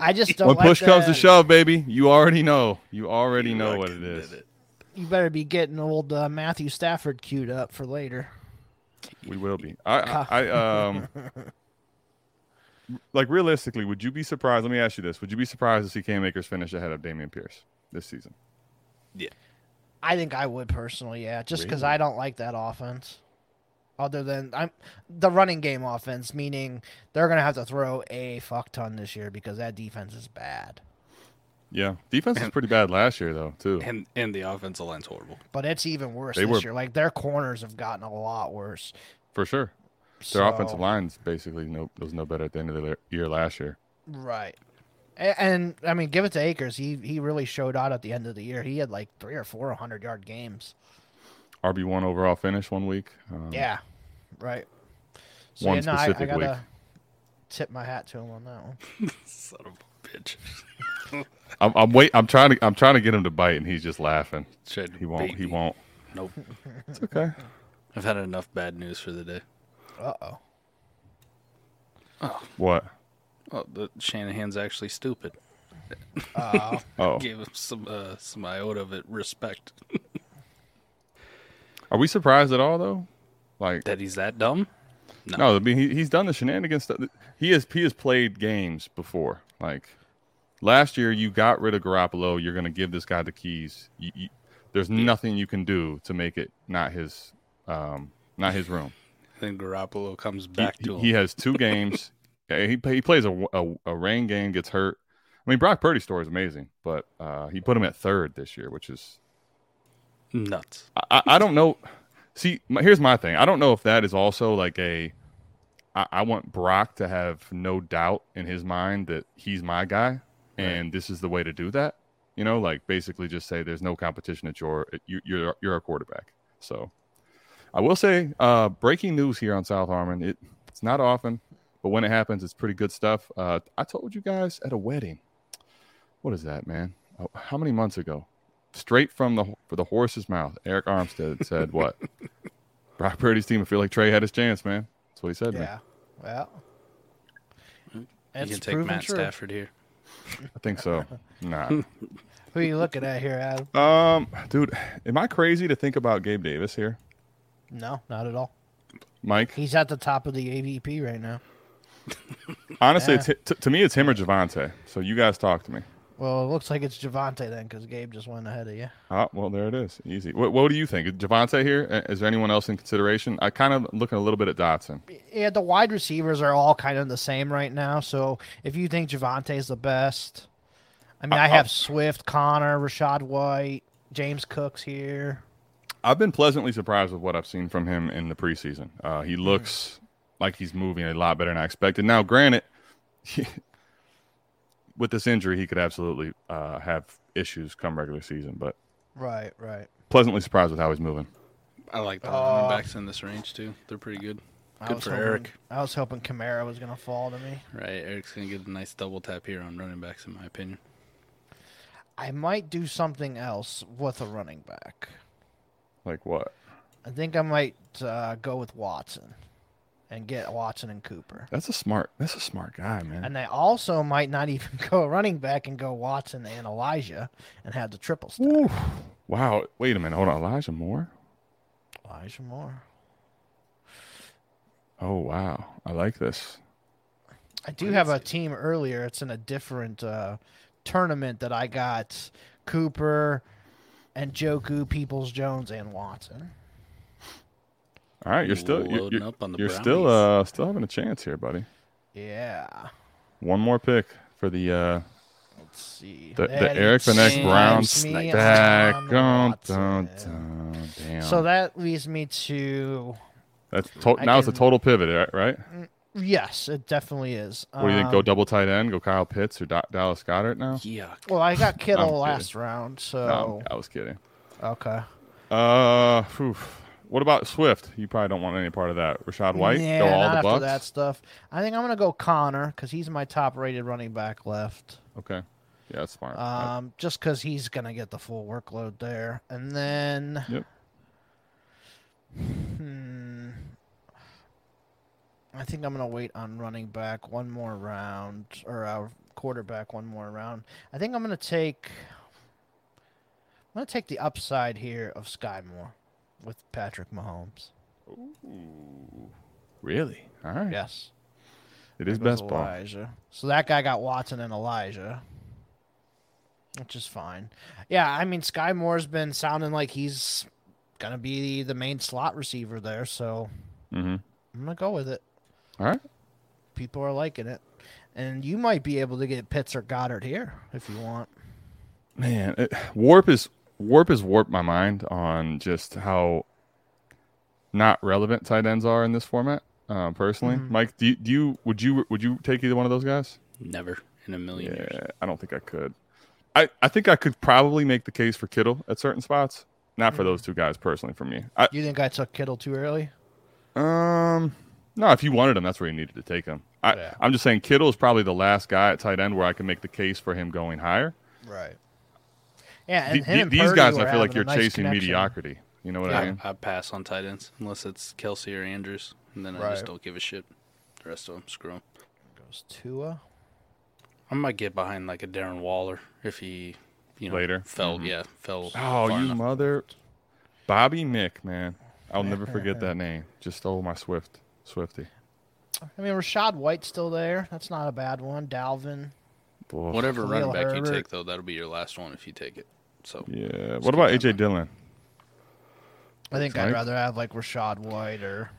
D: I just don't
C: when
D: like
C: push comes
D: that.
C: to shove, baby, you already know. You already
E: You
C: know what it
E: fucking
C: is.
E: did
D: You better be getting old uh, Matthew Stafford queued up for later.
C: We will be. I, I, I um, like realistically, would you be surprised? Let me ask you this: Would you be surprised to see Cam Akers finish ahead of Damian Pierce this season?
E: Yeah.
D: I think I would personally, yeah, just because I don't like that offense. Other than I'm the running game offense, meaning they're gonna have to throw a fuck ton this year because that defense is bad.
C: Yeah, defense was pretty bad last year though too.
E: And and the offensive line's horrible.
D: But it's even worse
C: They
D: this
C: were-
D: year. Like their corners have gotten a lot worse.
C: For sure, their offensive
D: So-
C: lines basically no was no better at the end of the year last year.
D: Right. A- And, I mean, give it to Akers. He he really showed out at the end of the year. He had like three or four hundred yard games.
C: RB one overall finish one week. Um,
D: Yeah. Right. So
C: one
D: yeah, no, I, I
C: specific
D: gotta
C: week.
D: tip my hat to him on that one.
E: Son of a bitch. (laughs)
C: I'm, I'm wait. I'm trying to. I'm trying to get him to bite, and he's just laughing.
E: Tried to
C: He won't.
E: bait
C: He
E: me.
C: won't.
E: Nope.
C: It's okay.
E: I've had enough bad news for the day.
D: Uh oh.
C: What?
E: Oh, the Shanahan's actually stupid.
C: Oh,
E: Gave him some uh, some iota of it respect.
C: Are we surprised at all though? Like
E: That he's that dumb?
C: no, I mean he, he's done the shenanigans. Stuff. He has he has played games before. Like last year, you got rid of Garoppolo. You're going to give this guy the keys. You, you, there's nothing you can do to make it not his um, not his room.
E: Then Garoppolo comes
C: He,
E: back to him.
C: he has two
E: (laughs)
C: games. Yeah, he he plays a, a a rain game, gets hurt. I mean, Brock Purdy's story is amazing, but uh, he put him at third this year, which is
E: Nuts.
C: I- I, I don't know. See, my, here's my thing. I don't know if that is also like a. I, I want Brock to have no doubt in his mind that he's my guy, and this is the way to do that. You know, like basically just say there's no competition at your you, you're you're a quarterback. So, I will say, uh, breaking news here on South Harmon. It it's not often, but when it happens, it's pretty good stuff. Uh, I told you guys at a wedding. What is that, man? Oh, How many months ago? straight from the for the horse's mouth. Eric Armstead said what? Brock Purdy's team. I feel like Trey had his chance, man. That's what he said. Man.
D: Yeah. Well. It's
E: you can take
D: proven
E: Matt
D: true.
E: Stafford here.
C: I think so. Nah,
D: Who you looking at here, Adam?
E: (laughs)
C: um, dude, am I crazy to think about Gabe Davis here,
D: No, not at all.
C: Mike?
D: He's at the top of the AVP right now.
C: Honestly,
D: Yeah.
C: it's, hi- t- to me, it's him or Javante. So you guys talk to me.
D: Well, it looks like it's Javante then, because Gabe just went ahead of you.
C: Ah, well, there it is. Easy. What, what do you think? Is Javante here? Uh, Is there anyone else in consideration? I kind of looking a little bit at Dotson.
D: Yeah, the wide receivers are all kind of the same right now. So if you think Javante is the best, I
E: Uh,
D: mean, I, have Swift, Connor, Rashad White, James Cooks here.
C: I've been pleasantly surprised with what I've seen from him in the preseason. Uh, he looks like he's moving a lot better than I expected. Now, granted, (laughs) with this injury, he could absolutely uh, have issues come regular season, but
D: Right, right.
C: pleasantly surprised with how he's moving.
E: I like the
D: Oh.
E: running backs in this range too. They're pretty good.
D: I
E: Good
D: was
E: for
D: hoping,
E: Eric.
D: I was hoping Kamara was going to fall to me.
E: Right, Eric's gonna get a nice double tap here on running backs, in my opinion.
D: I might do something else with a running back.
C: Like what?
D: I think I might uh, go with Watson and get Watson and Cooper.
C: That's a smart. That's a smart guy, man.
D: And I also might not (laughs) even go running back and go Watson and Elijah and have the triple stack.
C: Ooh. Wow. Wait a minute. Hold on, Elijah Moore.
D: Elijah Moore.
C: Oh wow. I like this.
D: I do have a team earlier. It's in a different uh, tournament that I got Cooper and Joku, Peoples Jones, and Watson.
C: All right, you're still you're,
E: Loading
C: you're-
E: up on the
C: you're still uh still having a chance here, buddy.
D: Yeah.
C: One more pick for the uh
D: Let's see.
C: The,
D: That
C: the Eric the next
E: James
C: Brown
D: Smith
C: snake.
D: on
C: Dun, dun,
D: Watson.
C: dun, damn.
D: So that leads me to
C: that's to-
D: I
C: now it's a
D: can-
C: total pivot, right? right?
D: yes, it definitely is.
C: what do you think? Go
D: Um,
C: double tight end, go Kyle Pitts or Da- Dallas Goddard now?
E: Yuck.
D: Well, I got
C: (laughs)
D: Kittle
C: I'm kidding.
D: last round, so
C: No, I was kidding.
D: okay.
C: Uh, phew. what about Swift? You probably don't want any part of that. Rashad White,
D: yeah,
C: go
D: not
C: all the
D: after
C: bucks.
D: that stuff. I think I'm gonna go Connor because he's my top-rated running back left.
C: Okay, yeah, that's smart. I-
D: Um, just because he's gonna get the full workload there, and then.
C: Yep.
D: Hmm. I think I'm gonna wait on running back one more round or uh, quarterback one more round. I think I'm gonna take. I'm gonna take the upside here of Sky Moore with Patrick Mahomes.
C: really? All right.
D: Yes,
C: it is
D: there goes
C: best ball.
D: Elijah. So that guy got Watson and Elijah, which is fine. Yeah, I mean Sky Moore's been sounding like he's gonna be the main slot receiver there, so
C: Mhm.
D: I'm gonna go with it.
C: All right.
D: people are liking it. And you might be able to get Pitts or Goddard here if you want.
C: man it, warp is warp has warped my mind on just how not relevant tight ends are in this format uh, personally
D: Mm-hmm.
C: mike do you, do you would you would you take either one of those guys
E: Never in a million years.
C: i don't think i could i i think i could probably make the case for kittle at certain spots not
D: Mm-hmm.
C: for those two guys personally for me I,
D: You think I took Kittle too early?
C: um no if you wanted him that's where you needed to take him I,
D: Yeah.
C: i'm just saying kittle is probably the last guy at tight end where i can make the case for him going higher
D: Right. Yeah,
C: The-
D: and him
C: the-
D: and
C: these
D: Purdy
C: guys
D: were
C: i feel like
D: having a
C: you're
D: nice
C: chasing
D: connection.
C: mediocrity you know what i
E: I,
C: mean
E: I pass on tight ends unless it's Kelsey or Andrews, and then I just
D: Right.
E: don't give a shit. The rest of them, screw 'em.
D: Goes Tua.
E: I might get behind like a Darren Waller if he, you know,
C: Later.
E: fell.
C: Mhm.
E: Yeah, fell.
C: Oh,
E: far
C: you
E: enough.
C: mother! Bobby Mick, man. I'll never forget that name. Just stole my Swift, Swifty.
D: I mean, Rashad White's still there. That's not a bad one. Dalvin.
C: Boy.
E: Whatever running
D: Khalil
E: back you
D: Herbert.
E: take, though, that'll be your last one if you take it. So
C: Yeah. What about AJ Dillon?
D: I think
C: Right.
D: I'd rather have like Rashad White or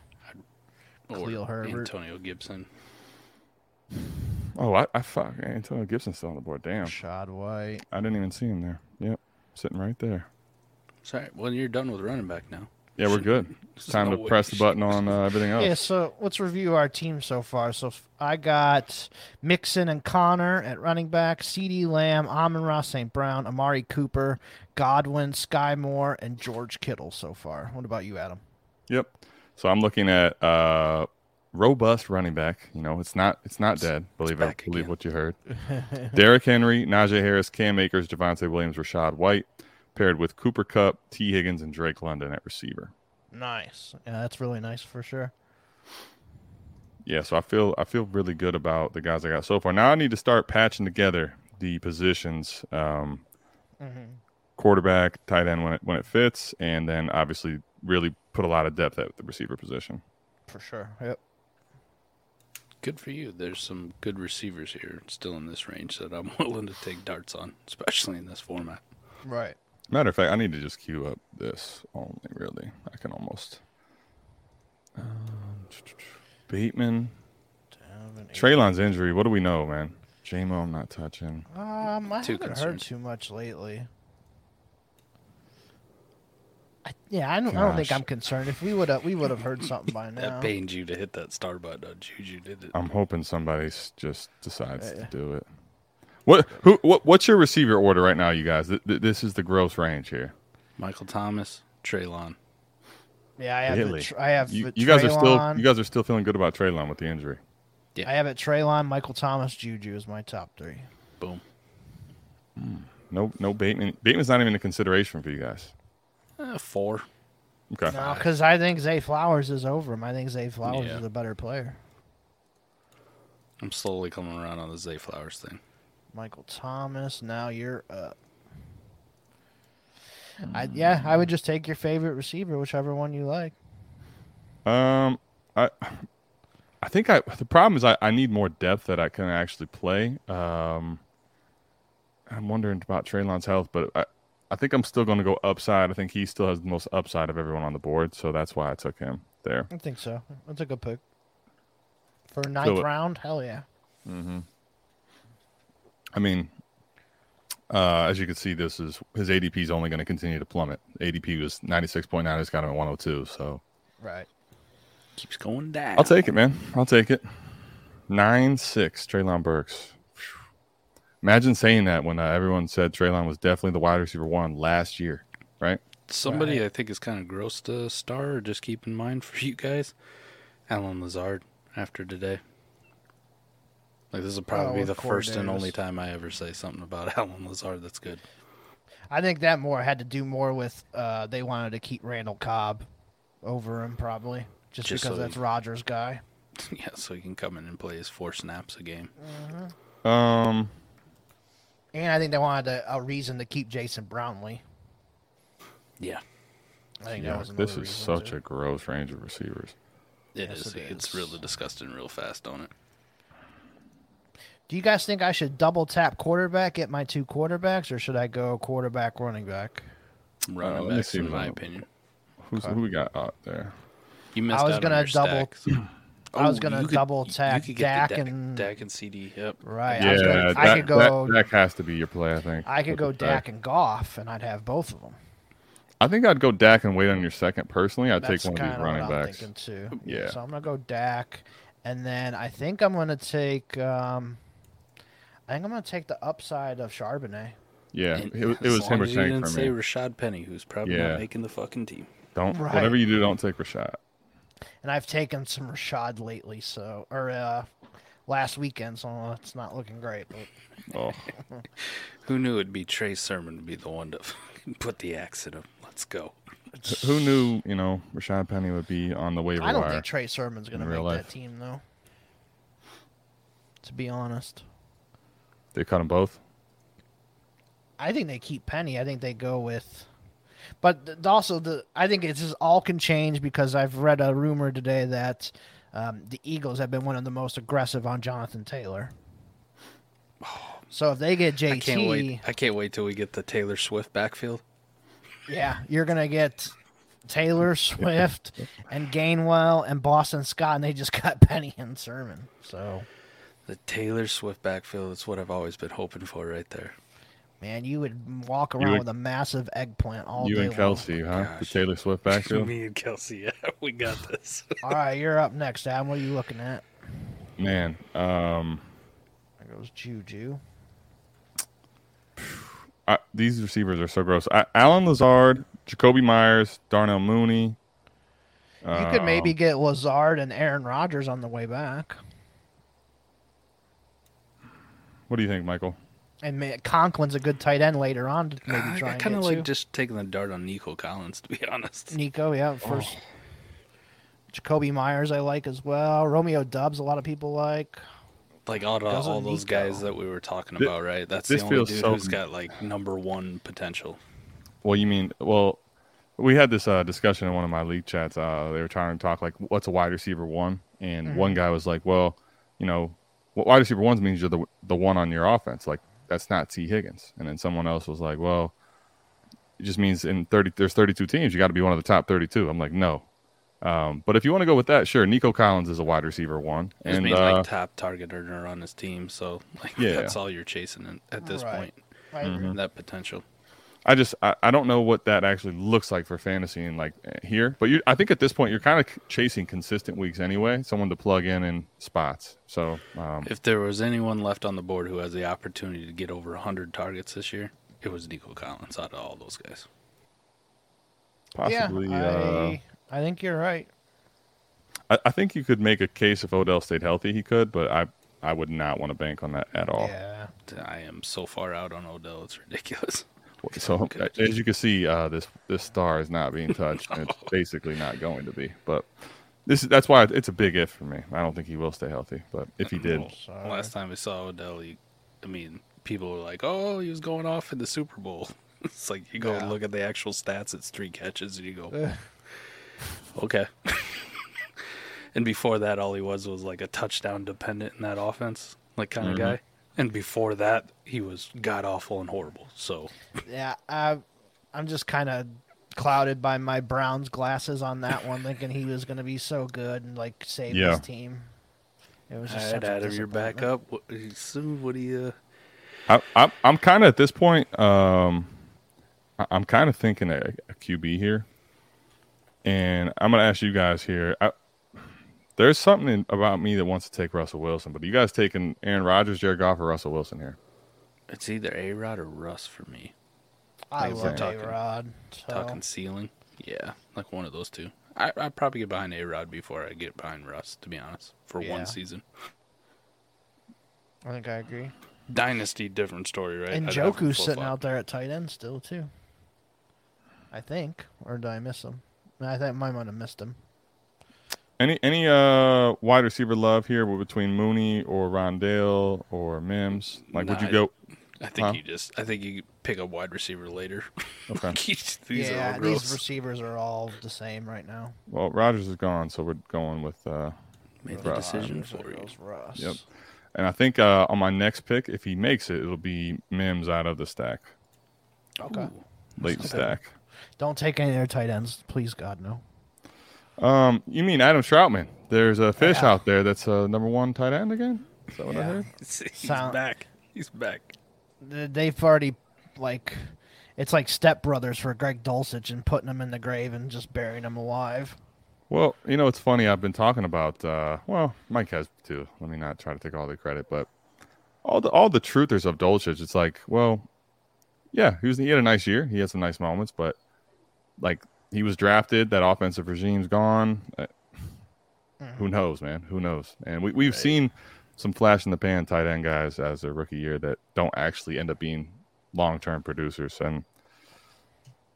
E: or
D: Khalil Herbert.
E: Antonio Gibson.
C: Oh, I, I fuck Antonio Gibson's still on the board. Damn,
D: Rashad White.
C: I didn't even see him there. Yep, sitting right there.
E: Sorry, well you're done with running back now.
C: Yeah, we're good. It's
E: There's
C: time
E: no
C: to
E: way
C: press
E: you
C: the
E: should-
C: button on uh, everything
E: Oh.
C: else.
D: (laughs) Yeah, so let's review our team so far. So f- I got Mixon and Connor at running back, CD Lamb, Amon Ross St. Brown, Amari Cooper, Godwin, Sky Moore, and George Kittle so far. What about you, Adam?
C: Yep. So I'm looking at uh, robust running back. You know, it's not it's not dead. Believe it,
E: back
C: believe
E: again.
C: what you heard. Derrick Henry, Najee Harris, Cam Akers, Javante Williams, Rashad White, paired with Cooper Cup, T. Higgins, and Drake London at receiver.
D: Nice. Yeah, that's really nice for sure.
C: Yeah, so I feel I feel really good about the guys I got so far. Now I need to start patching together the positions, um, quarterback, tight end when it when it fits, and then obviously really put a lot of depth at the receiver position.
D: For sure. Yep.
E: Good for you. There's some good receivers here still in this range that I'm (laughs) willing to take darts on, especially in this format.
D: Right.
C: Matter of fact, I need to just queue up this only. Really, I can almost. Um, Bateman, Traylon's injury. What do we know, man? JMO, I'm not touching.
D: Um, I
E: Too
D: haven't heard
E: concerned.
D: too much lately. I, yeah, I don't, I don't think
C: Gosh.
D: I'm concerned. If we would have, we would have heard something by now.
E: (laughs) That pains you to hit that star button on Juju, did it?
C: I'm hoping somebody s- just decides to do it. What? Who? What? What's your receiver order right now, you guys? Th- th- this is the gross range here.
E: Michael Thomas, Traylon.
D: Yeah, I have.
C: Really?
D: It, tr- I have.
C: You,
D: it
C: you guys are still
D: Traylon.
C: you guys are still feeling good about Traylon with the injury.
D: I have it. Traylon, Michael Thomas, Juju is my top three.
E: Boom.
C: No, no Bateman. Bateman's not even a consideration for you guys.
E: Eh, four.
C: Okay.
D: No, because I think Zay Flowers is over him. I think Zay Flowers
E: Yeah.
D: is a better player.
E: I'm slowly coming around on the Zay Flowers thing.
D: Michael Thomas, now you're up. I, yeah, I would just take your favorite receiver, whichever one you like.
C: Um, I, I think I the problem is I, I need more depth that I can actually play. Um, I'm wondering about Traylon's health, but I, I think I'm still going to go upside. I think he still has the most upside of everyone on the board, so that's why I took him there.
D: I think so. That's a good pick. For a ninth
C: it-
D: round, hell yeah.
C: I mean, uh, as you can see, this is his ADP is only going to continue to plummet. ADP was 96.9. It's got him at 102. So
D: Right.
E: Keeps going down.
C: I'll take it, man. I'll take it. Nine six, Traylon Burks. Phew. Imagine saying that when uh, everyone said Traylon was definitely the wide receiver one last year, right?
E: Somebody I think is kind of gross to star or just keep in mind for you guys. Alan Lazard after today. Like this will probably
D: Oh,
E: be
D: of
E: the first and
D: coordinators.
E: only time I ever say something about (laughs) Alan Lazard that's good.
D: I think that more had to do more with uh, they wanted to keep Randall Cobb over him, probably, just,
E: Just
D: because
E: so-
D: that's Rogers' guy.
E: (laughs) yeah, so he can come in and play his four snaps a game.
C: Um,
D: And I think they wanted a, a reason to keep Jason Brownlee.
E: Yeah.
D: I think that
C: yeah,
D: was
C: this is such a gross range of receivers.
E: it
D: Yes,
E: is.
D: it
E: It gets
D: is.
E: really disgusting real fast on it.
D: Do you guys think I should double tap quarterback, get my two quarterbacks, or should I go quarterback running back?
E: Running
C: let me
E: backs,
C: see
E: in
C: what
E: my
C: I'm-
E: opinion.
C: Who's who we got out there?
E: You missed
D: was
E: out
D: gonna
E: on your
D: double-
E: stacks.
D: I was
E: Oh,
D: gonna
E: you could-
D: double
E: you
D: tap
E: could get
D: Dak
E: the Dak
D: and
E: Dak and CD. Yep.
D: right. I,
C: yeah,
D: was gonna,
C: that,
D: I could go.
C: that, that has to be your play, I think.
D: I could go
C: With the fact-
D: Dak and Goff, and I'd have both of them.
C: I think I'd go Dak and wait on your second. Personally, I'd
D: That's
C: take one of
D: kind
C: these
D: what
C: running
D: I'm
C: backs.
D: thinking too.
C: (laughs) Yeah.
D: So I'm gonna go Dak, and then I think I'm gonna take. Um, I think I'm gonna take the upside of Charbonnet.
C: Yeah,
E: And
C: it, was- it
E: as
C: was him
E: long
C: or
E: as you
C: Tank
E: didn't
C: for me.
E: say Rashad Penny, who's probably
C: Yeah.
E: not making the fucking team.
C: Don't
D: Right.
C: whatever you do, don't take Rashad.
D: and I've taken some Rashad lately, so or uh, last weekend, so it's not looking great. But
C: Oh,
E: Who knew it'd be Trey Sermon to be the one to fucking put the axe in him? Let's go.
C: who knew? You know, Rashad Penny would be on the waiver
D: I don't
C: wire.
D: think Trey Sermon's gonna
C: in
D: make
C: real
D: that
C: life.
D: team though. To be honest,
C: They cut them both.
D: I think they keep Penny. I think they go with. But th- also, the I think it's just all can change because I've read a rumor today that um, the Eagles have been one of the most aggressive on Jonathan Taylor. So if
C: (sighs)
D: they get JT,
E: I can't wait. I can't wait till we get the Taylor Swift backfield.
D: yeah, you're gonna get
C: (laughs)
D: Taylor Swift and Gainwell and Boston Scott, and they just got (laughs) Penny and Sermon. So
E: The Taylor Swift backfield. That's what I've always been hoping for, right there.
D: man, you would walk around
C: and-
D: with a massive eggplant all
C: you
D: day.
C: and
D: long.
C: Kelsey, huh? The
E: Oh, gosh.
C: Taylor Swift backfield.
E: Me and Kelsey. Yeah, we (sighs) got this.
D: All right, you're up next, Adam. What are you looking at?
C: Man, um,
D: There goes Juju.
C: I, these receivers are so gross. I, Alan Lazard, Jacoby Myers, Darnell Mooney.
D: You
C: Oh.
D: could maybe get Lazard and Aaron Rodgers on the way back,
C: What do you think, Michael?
D: and ma- Conklin's a good tight end later on. To maybe
E: Ah, I,
D: try and
E: kind
D: get
E: of like
D: to.
E: just taking the dart on Nico Collins, to be (laughs) honest.
D: Nico, yeah,
C: Oh.
D: first. Jacoby Myers, I like as well. Romeo Dubs, a lot of people like.
E: Like all, the-
D: Doesn't
E: all those
D: Nico-
E: guys that we were talking
C: Thi-
E: about, right? That's
C: this
E: the only
C: feels
E: dude
C: so-
E: who's got like number one potential.
C: Well, you mean well, we had this uh, discussion in one of my league chats. Uh, they were trying to talk like, what's a wide receiver one? And one guy was like, well, you know, what wide receiver ones means you're the the one on your offense. Like that's not T Higgins. And then someone else was like, well, it just means in thirty there's thirty two teams. You got to be one of the top thirty two. I'm like, no. Um, but if you want to go with that, sure. Nico Collins is a wide receiver one,
E: He's
C: and
E: being
C: uh,
E: like top target earner on his team, so like (laughs)
C: Yeah.
E: that's all you're chasing in- at this
D: Right.
E: point.
D: I
C: Mm-hmm.
D: agree.
E: That potential.
C: I just I, I don't know what that actually looks like for fantasy and like eh, here, but you I think at this point you're kind of chasing consistent weeks anyway, someone to plug in in spots. So um,
E: If there was anyone left on the board who has the opportunity to get over 100 targets this year, it was Nico Collins out of all those guys.
C: possibly,
D: yeah,
C: uh,
D: I, I think you're right.
C: I, I think you could make a case if Odell stayed healthy, he could, but I I would not want to bank on that at all.
D: Yeah,
E: I am so far out on Odell, it's ridiculous.
C: So
E: Okay.
C: as you can see, uh, this this star is not being touched. and It's basically not going to be, but. This, is- that's why it's a big if for me. I don't think he will stay healthy, but if he did,
D: sorry.
E: Last time we saw Odell, he, I mean, people were like, "Oh, he was going off in the Super Bowl." (laughs) It's like you go and look at the actual stats; it's three catches, and you go, (laughs) "Okay." (laughs) and before that, all he was was like a touchdown dependent in that offense, like kind of guy. And before that, he was god awful and horrible. So
D: yeah. I, I'm just kind of clouded by my Browns glasses on that one, thinking he was going to be so good and like save
C: Yeah.
D: his team. It was
E: all
D: just
E: right,
D: such a
E: Adam, you're back
D: disappointment.
E: up. What, soon, what do you?
C: I, I'm I'm kind of at this point. Um, I- I'm kind of thinking a, a QB here, and I'm gonna ask you guys here. I, there's something in- about me that wants to take Russell Wilson, but are you guys taking Aaron Rodgers, Jared Goff, or Russell Wilson here?
E: It's either A Rod or Russ for me.
D: I
E: Like, if we're
D: love
E: talking-
D: A-Rod. So.
E: talking ceiling. Yeah, like one of those two. I, I'd probably get behind A Rod before I get behind Russ, to be honest, for
D: Yeah.
E: one season.
D: I think I agree.
E: Dynasty, different story, right?
D: And
E: I'd have him
D: Joku's sitting
E: flip-flop.
D: out there at tight end still too. I think, or did I miss him? I think I might have missed him.
C: Any any uh wide receiver love here between Mooney or Rondale or Mims? Like, would you
E: Nah,
C: go?
E: I think
C: huh?
E: you just, I think you pick a wide receiver later. (laughs)
C: Okay.
E: these these are
D: yeah,
E: all
D: these
E: gross.
D: receivers are all the same right now.
C: Well, Rodgers is gone, so we're going with. uh
E: Made the
C: Russ.
E: decision
D: There
E: for you. (laughs)
D: goes Russ.
C: Yep. And I think uh, on my next pick, if he makes it, it'll be Mims out of the stack,
D: Okay.
E: Ooh.
C: late stack.
D: Don't take any of their tight ends, please God no.
C: Um, you mean Adam Troutman? There's a fish
D: Yeah.
C: out there that's uh, number one tight end again. Is that what I
D: Yeah.
C: heard?
E: He's
D: Sound-
E: back. He's back.
D: Th- They've already like it's like stepbrothers for Greg Dulcich and putting him in the grave and just burying him alive.
C: Well, you know, it's funny. I've been talking about. Uh, well, Mike has too. Let me not try to take all the credit, but all the all the truthers of Dolchich, it's like, well, yeah, he was he had a nice year. He had some nice moments, but like he was drafted, that offensive regime's gone. Uh, who knows, man? Who knows? And we we've seen some flash in the pan tight end guys as their rookie year that don't actually end up being long term producers, and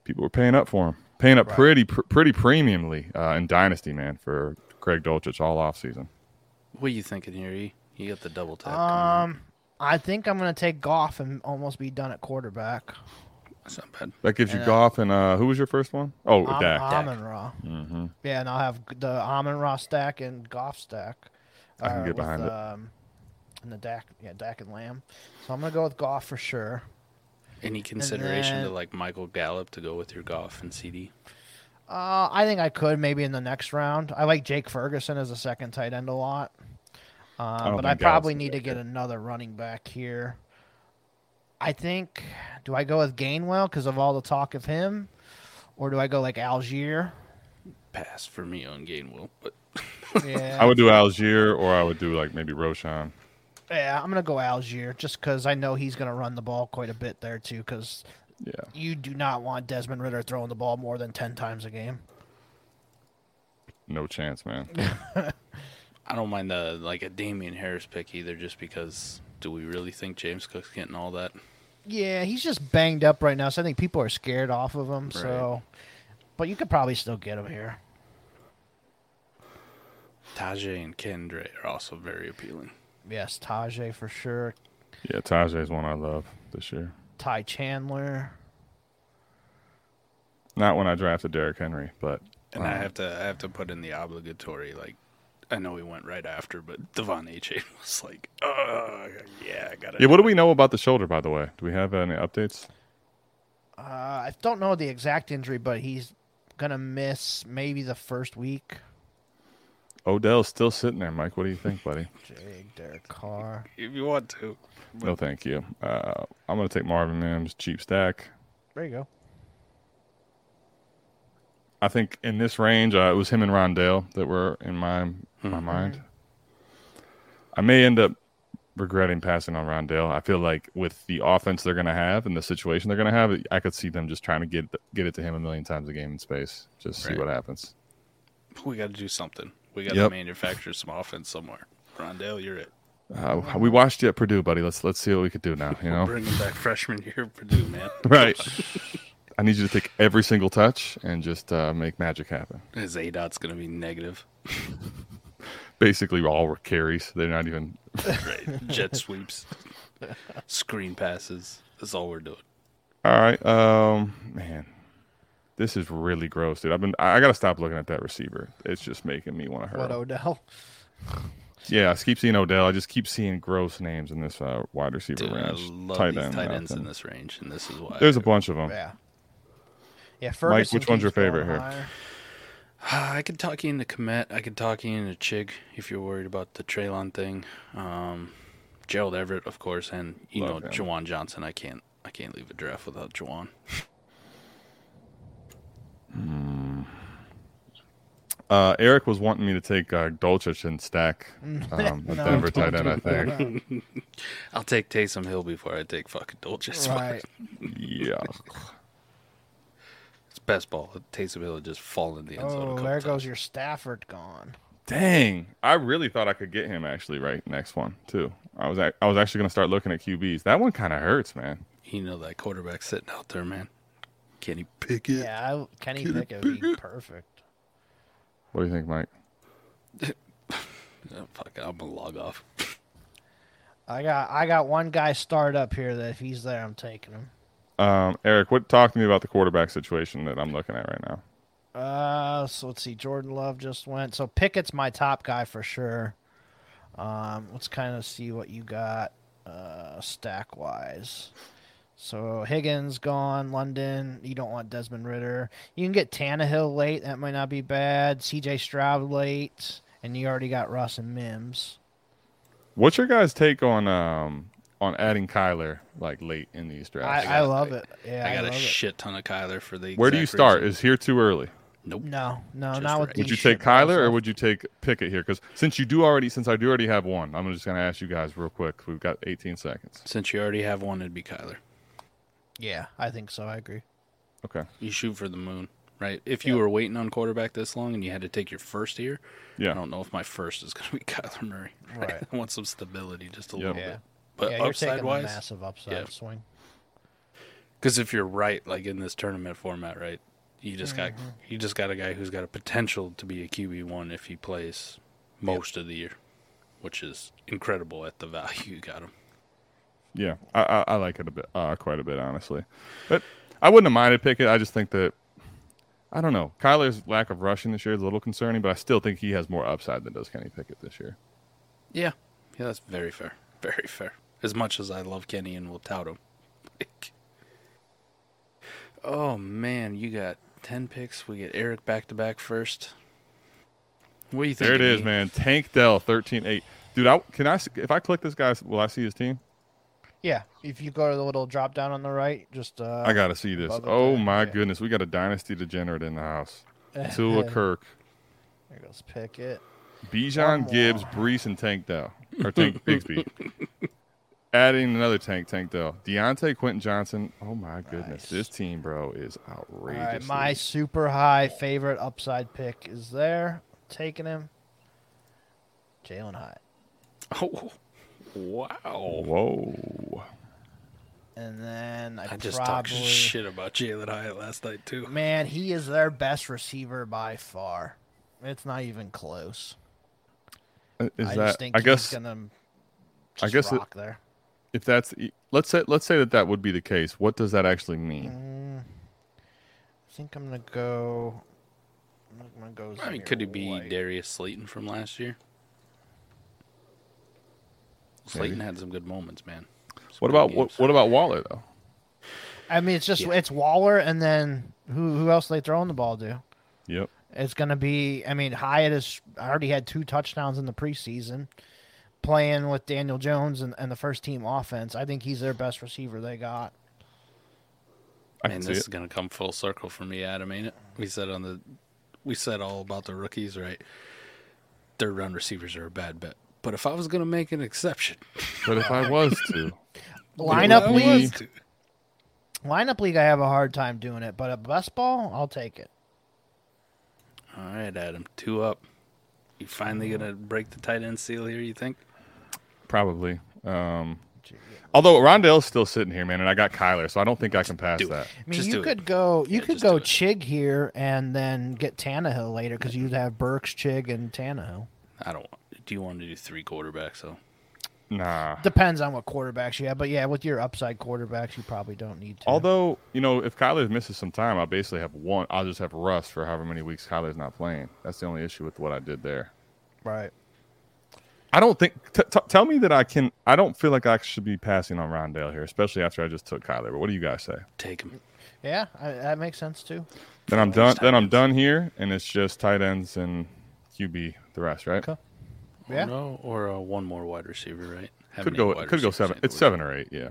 C: people were paying up for him, paying up pretty pr- pretty premiumly uh, in Dynasty, man, for Craig Dolchich all offseason.
E: What are you thinking here, E? You got the double tap. coming.
D: Um I think I'm gonna take Goff and almost be done at quarterback.
E: That's not bad.
C: That gives you
D: And, uh,
C: Goff and uh, who was your first one? Oh,
D: Am-
C: Dak.
D: Amon Ra.
C: hmm
D: Yeah, and I'll have g- the Amon Ra stack and Goff stack.
C: I can
D: uh,
C: get
D: with,
C: behind it.
D: um, And the Dak, yeah, Dak and Lamb. So I'm gonna go with Goff for sure.
E: Any consideration to
D: then-
E: like Michael Gallup to go with your golf and CD?
D: Uh, I think I could maybe in the next round. I like Jake Ferguson as a second tight end a lot, uh,
C: don't
D: but I
C: think Gallup's
D: probably
C: gonna
D: need
C: be
D: to
C: that
D: get another running back here. I think. Do I go with Gainwell because of all the talk of him, or do I go
C: (laughs)
D: like Algier?
E: Pass for me on Gainwell, but
D: Yeah,
C: I would do Algier or I would do like maybe Roshan.
D: yeah. I'm gonna go Algier just because I know he's gonna run the ball quite a bit there too. Because
C: Yeah.
D: you do not want Desmond Ritter throwing the ball more than ten times a game.
C: No chance, man.
E: I don't mind the like a Damian Harris pick either, just because do we really think James Cook's getting all that?
D: Yeah, he's just banged up right now, so I think people are scared off of him. So, but you could probably still get him here.
E: Tajay and Kendra are also very appealing.
D: Yes, Tajay for sure.
C: Yeah, Tajay is one I love this year.
D: Ty Chandler.
C: Not when I drafted Derrick Henry, but
E: And I
C: um,
E: have to I have to put in the obligatory like I know he went right after, but Devon A. Chain was like, uh yeah, I gotta
C: Yeah, what do we know about the shoulder, by the way? Do we have any updates?
D: Uh, I don't know the exact injury, but he's gonna miss maybe the first week.
C: Odell's still sitting there, Mike. What do you think, buddy?
D: Jake Derek Carr.
E: if you want to.
C: No, thank you. Uh, I'm going to take Marvin Mims, cheap stack.
D: There you go.
C: I think in this range, uh, it was him and Rondale that were in my my mind. I may end up regretting passing on Rondale. I feel like with the offense they're going to have and the situation they're going to have, I could see them just trying to get get it to him a million times a game in space. Just see
E: Right.
C: what happens.
E: We gotta do something. We gotta
C: Yep.
E: manufacture some offense somewhere. Rondell, you're it.
C: Uh, we watched you at Purdue, buddy. Let's let's see what we could do now. You
E: We're
C: know,
E: bringing back freshman year of Purdue, man.
C: right? I need you to take every single touch and just uh, make magic happen.
E: His A dot's gonna be negative.
C: Basically, all were carries. They're not even
E: Right. Jet sweeps. Screen passes. That's all we're doing.
C: All right, um, man, this is really gross, dude. I've been, I I gotta stop looking at that receiver. It's just making me want to
D: What
C: hurl.
D: Odell?
C: Yeah, I keep seeing Odell. I just keep seeing gross names in this uh, wide receiver
E: Dude, I
C: range.
E: love
C: tight
E: these
C: end,
E: tight
C: uh,
E: ends in
C: thing.
E: this range, and this is why
C: There's a bunch of them.
D: Yeah. Yeah, Ferguson.
C: Mike, which one's your
D: keeps going
C: favorite here?
D: higher.
E: Ah, (sighs) I could talk you into commit. I could talk you into Chig if you're worried about the Traylon thing. Um, Gerald Everett, of course, and you
C: Love
E: know
C: him.
E: Jawan Johnson. I can't I can't leave a draft without Jawan.
C: Uh, Eric was wanting me to take uh, Dolchich and stack
D: (laughs)
C: um, the
D: Mm. No,
C: Denver
D: don't
C: tight end. I
D: do that.
C: think.
E: I'll take Taysom Hill before I take fucking (laughs) Dolce.
D: Right.
C: yeah.
E: It's best ball. Taysom Hill would just fall in the end zone. a
D: Oh,
E: couple
D: there goes
E: times.
D: your Stafford gone.
C: Dang, I really thought I could get him actually. Right next one too. I was ac I was actually gonna start looking at QBs. That one kind of hurts, man.
E: You know that quarterback sitting out there, man. Can he pick it?
D: Yeah, I, Kenny Pickett would be perfect.
C: What do you think, Mike?
E: Oh, fuck it, I'm gonna log off.
D: I got I got one guy starred up here that if he's there, I'm taking him.
C: Um, Eric, what talk to me about the quarterback situation that I'm looking at right now?
D: Uh, so let's see. Jordan Love just went. So Pickett's my top guy for sure. Um, let's kind of see what you got uh, stack wise. So Higgins gone. London, you don't want Desmond Ritter. You can get Tannehill late. That might not be bad. C.J. Stroud late, and you already got Russ and Mims.
C: What's your guys' take on um on adding Kyler like late in these drafts?
D: I, I love it. Yeah,
E: I got a
D: love it.
E: shit ton of Kyler for the.
C: Where do you
E: exact
C: start?
E: reason.
C: Is here too early?
E: Nope.
D: No, no,
E: Just
D: not with
E: right.
D: these
C: Would you
D: shit
C: take Kyler
D: balls.
C: or would you take Pickett here? Because since you do already, since I do already have one, I'm just gonna ask you guys real quick. We've got 18 seconds.
E: Since you already have one, it'd be Kyler.
D: Yeah, I think so. I agree.
C: Okay.
E: You shoot for the moon, right? If you were waiting on quarterback this long and you had to take your first here, I
C: Yeah.
E: don't know if my first is going to be (laughs) Kyler Murray. Right?
D: Right.
E: (laughs) I want some stability just a
C: Yep.
E: little
D: Yeah.
E: bit. But
D: yeah, you're
E: upside
D: taking a
E: wise,
D: massive upside
E: Yeah.
D: swing.
E: because if you're right, like in this tournament format, right, you just
D: Mm-hmm.
E: got you just got a guy who's got a potential to be a QB one if he plays most of the year, which is incredible at the value you got him.
C: Yeah. I I, I like it a bit, uh, quite a bit, honestly. But I wouldn't have minded Pickett. I just think that I don't know. Kyler's lack of rushing this year is a little concerning, but I still think he has more upside than does Kenny Pickett this year.
E: Yeah. Yeah, that's very fair. Very fair. As much as I love Kenny and will tout him. oh man, you got ten picks. We get Eric back to back first. What do you think?
C: There it is, man. Tank Dell, 13-8. Dude, I, can I s- if I click this guy, will I see his team?
D: Yeah, if you go to the little drop down on the right, just uh,
C: I gotta see this.
D: above it
C: Oh
D: there,
C: my
D: yeah.
C: goodness, we got a dynasty degenerate in the
D: (laughs)
C: house. Tua Kirk,
D: There goes Pickett.
C: Bijan Gibbs, Brees, and Tank Dell, or
D: (laughs)
C: Tank Bigsby. Adding another tank, Tank Dell, Deontay, Quentin Johnson. Oh my goodness, this team, bro, is
D: All
C: outrageous.
D: right, my super high favorite upside pick is there. Taking him, Jalen Hyatt,
E: Oh wow.
C: Whoa.
D: and then I,
E: I just talked
D: probably
E: shit about Jalen Hyatt last night too.
D: man, he is their best receiver by far. It's not even close.
C: Uh, Is
D: I
C: that?
D: just think
C: I
D: he's
C: guess
D: gonna.
C: I
D: Just
C: guess it-
D: rock there.
C: if that's e, let's say let's say that that would be the case. What does that actually mean?
D: Mm, I think I'm gonna go. I'm gonna go.
E: I mean,
D: Zamir
E: could he be
D: White.
E: Darius Slayton from last year? Slayton had some good moments, man. Some
C: What
E: good
C: about what,
E: games.
C: what about Waller though?
D: I mean, it's just
E: Yeah.
D: it's Waller, and then who who else they throwing the ball to?
C: Yep.
D: It's gonna be. I mean, Hyatt has already had two touchdowns in the preseason, playing with Daniel Jones and, and the first team offense. I think he's their best receiver they got.
C: I
E: Man,
C: can see
E: this
C: it.
E: is gonna come full circle for me, Adam, ain't it? We said on the, we said all about the rookies, right? Third round receivers are a bad bet, but if I was gonna make an exception,
C: But if I was
E: (laughs)
C: to,
D: Lineup
E: I was
D: league,
E: to.
D: lineup league. I have a hard time doing it, but a best ball, I'll take it.
E: All right, Adam, two up. You finally gonna
C: Mm-hmm.
E: break the tight end seal here? You think?
C: probably. Um, although Rondell's still sitting here, man, and I got Kyler, so I don't think I can pass
E: Do it.
C: that.
D: I mean,
E: Just do
D: you
E: it.
D: could go, you
E: Yeah,
D: could
E: just do
D: go
E: it.
D: Chig here and then get Tannehill later because you'd have Burks, Chig, and Tannehill.
E: I don't. want Do you want to do three quarterbacks though?
C: Nah.
D: Depends on what quarterbacks you have, but yeah, with your upside quarterbacks, you probably don't need to.
C: Although you know, if Kyler misses some time, I basically have one. I'll just have Russ for however many weeks Kyler's not playing. That's the only issue with what I did there.
D: right.
C: I don't think. T- t- tell me that I can. I don't feel like I should be passing on Rondell here, especially after I just took Kyler. But what do you guys say?
E: Take him.
D: Yeah, I, that makes sense too.
C: Then I'm done.
E: Those
C: Then
E: tight
C: I'm
E: ends.
C: done here, and it's just tight ends and QB the rest, right?
D: Okay.
E: Or
D: Yeah.
E: No, or uh, one more wide receiver, right? Have
C: Could
E: an
C: go.
E: eight wide
C: Could go
E: receivers
C: seven.
E: in the
C: It's seven or eight. Yeah.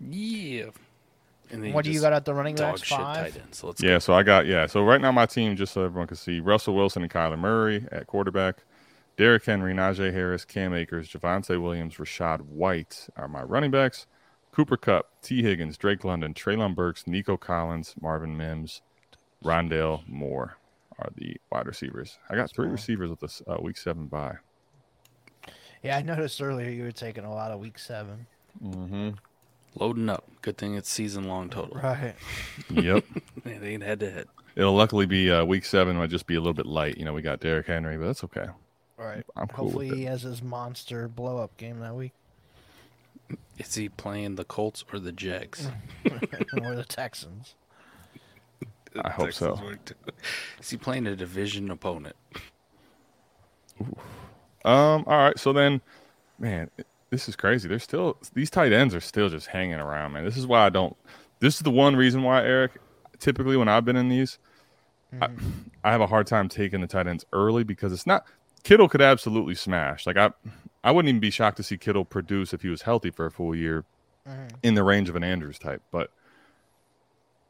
E: league. Yeah. And then
D: What do you
E: just
D: got at the running
E: dog
D: backs?
E: shit
D: Five.
E: tight end. So let's
C: Yeah, so I got yeah. So right now my team, just so everyone can see, Russell Wilson and Kyler Murray at quarterback, Derrick Henry, Najee Harris, Cam Akers, Javante Williams, Rashad White are my running backs. Cooper Cup, T. Higgins, Drake London, Traylon Burks, Nico Collins, Marvin Mims, Rondell Moore are the wide receivers. I got three receivers with this uh, week seven bye.
D: Yeah, I noticed earlier you were taking a lot of week seven.
E: go loading up. Good thing it's season long total.
D: Right.
C: Yep.
E: It ain't head to head.
C: (laughs) It'll luckily be uh, week seven might just be a little bit light. You know, we got Derrick Henry, but that's okay.
D: Right.
C: I'm cool with
D: Hopefully he has his monster blow up game that (laughs) week
E: Is he playing the Colts or the
D: Mm,
E: Jags?
D: or the Texans.
C: I hope so.
E: (laughs) Is he playing a division opponent?
C: Um. All right. So then, man, this is crazy. They're still these tight ends are still just hanging around, man. This is why I don't. This is the one reason why Eric. Typically, when I've been in these, I, I have a hard time taking the tight ends early because it's not. Kittle could absolutely smash. Like I, I wouldn't even be shocked to see Kittle produce if he was healthy for a full year, in the range of an Andrews type. But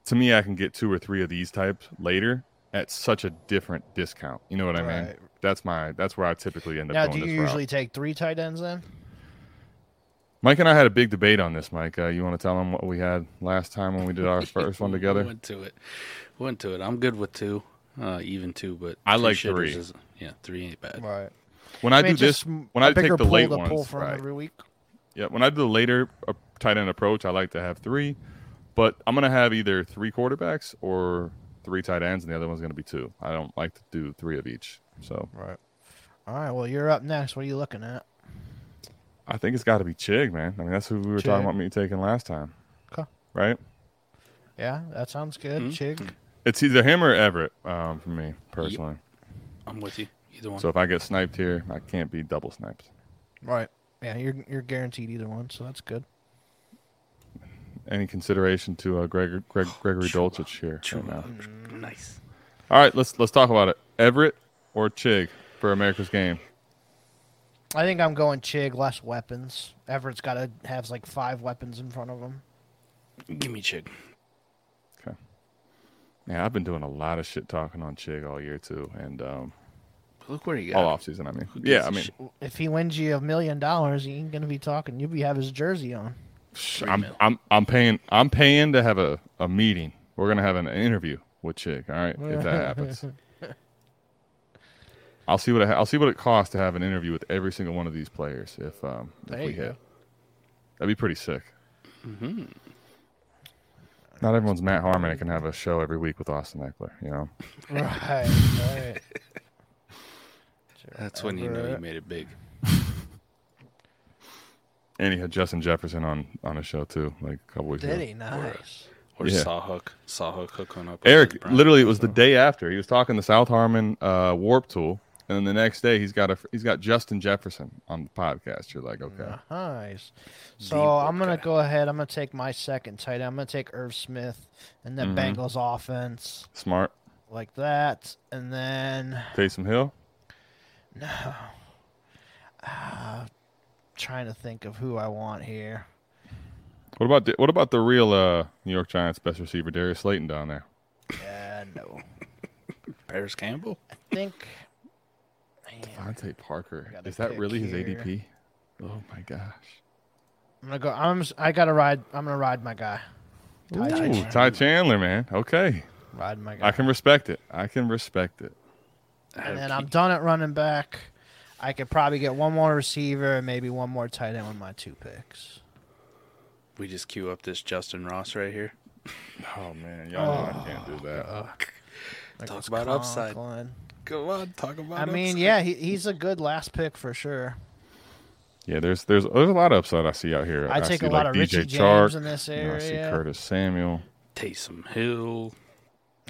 C: to me, I can get two or three of these types later at such a different discount. You know what I mean?
D: Right.
C: That's my. That's where I typically end up.
D: Now,
C: going
D: do you
C: this route.
D: usually take three tight ends then?
C: Mike and I had a big debate on this, Mike. Uh, you want to tell them what we had last time when we did
D: (laughs)
C: our first one
E: We
C: together?
E: went to it. We Went to it. I'm good with two, uh, even two, but
C: I
E: two
C: like
E: shitters
C: three.
E: Is, yeah, three ain't bad.
D: Right.
C: When I,
D: I mean,
C: do this,
D: just m-
C: when
D: a
C: I take
D: bigger
C: the
D: pull
C: late
D: to pull
C: ones,
D: from
C: right.
D: every week.
C: yeah, when I do the later uh, tight end approach, I like to have three, but I'm gonna have either three quarterbacks or three tight ends, and the other one's gonna be two. I don't like to do three of each, so
D: Right. All right. Well, you're up next. What are you looking at?
C: I think it's got to be Chig, man. I mean, that's who we were
D: Chig.
C: talking about me taking last time.
D: Okay.
C: right?
D: Yeah, that sounds good, Chig.
C: It's either him or Everett um, for me personally.
E: I'm with you. Either one.
C: So if I get sniped here, I can't be double sniped.
D: Right. Yeah, you're you're guaranteed either one, so that's good.
C: Any consideration to uh, Greg, Greg, Gregory Dolchich here? Right now?
D: Mm.
E: nice.
C: All right, let's let's talk about it. Everett or Chig for America's game.
D: I think I'm going Chig, less weapons. Everett's got to have like five weapons in front of him.
E: Give me Chig.
C: Okay. Yeah, I've been doing a lot of shit talking on Chig all year too, and um,
E: Look where you
C: all
E: got.
C: off season. I mean, yeah, I
E: gives a
C: mean,
E: shit?
D: If he wins you a million dollars, he ain't gonna be talking. You'll be have his jersey on.
C: I'm I'm I'm paying I'm paying to have a, a meeting. We're gonna have an interview with Chick. All right, if that
D: (laughs)
C: happens, I'll see what it, I'll see what it costs to have an interview with every single one of these players. If um
D: There
C: if we
D: you
C: hit,
D: go.
C: that'd be pretty sick. Mm-hmm. Not everyone's Matt Harmon. that can have a show every week with Austin Eckler. You know,
D: Right. right.
E: That's when you know you made it big.
C: and he had Justin Jefferson on on a show too, like a couple weeks ago.
D: (laughs) Did he? Nice.
E: Or
C: Yeah.
E: Sawhook. Sawhook hooking up. with Liz
C: Eric,
E: Brown.
C: literally, it was the day after he was talking to South Harmon uh, Warp Tool, and then the next day he's got a he's got Justin Jefferson on the podcast. You're like, okay,
D: Nice. So I'm gonna go ahead. I'm gonna take my second tight end. I'm gonna take Irv Smith and the Bengals offense
C: smart.
D: like that, and then
C: Taysom Hill.
D: trying to think of who I want here.
C: What about the, what about the real uh, New York Giants best receiver Darius Slayton down there?
D: Yeah, no.
E: Paris Campbell.
D: I think.
C: Devontae Parker.
D: Gotta
C: Is that
D: pick
C: really
D: here.
C: his ADP? Oh my gosh.
D: I'm gonna go. I'm. s- I gotta ride. I'm gonna ride my guy. Ty
C: Ooh,
D: Chandler.
C: Ty Chandler, man. Okay,
D: Ride my guy.
C: I can respect it. I can respect it.
D: and then I'm done at running back. I could probably get one more receiver and maybe one more tight end with my two picks.
E: We just queue up this Justin Ross right here.
C: Oh man, y'all know I can't do that.
D: Like
E: Talk
D: it's
E: about upside.
D: Conklin.
E: Go on, talk about.
D: I mean, yeah, he, he's a good last pick for sure.
C: Yeah, there's there's there's a lot of upside I see out here.
D: I take
C: see,
D: a lot
C: like,
D: of
C: DJ
D: Richie
C: Chark,
D: James in this
C: you know, I see
D: area.
C: Curtis Samuel.
E: Taysom Hill.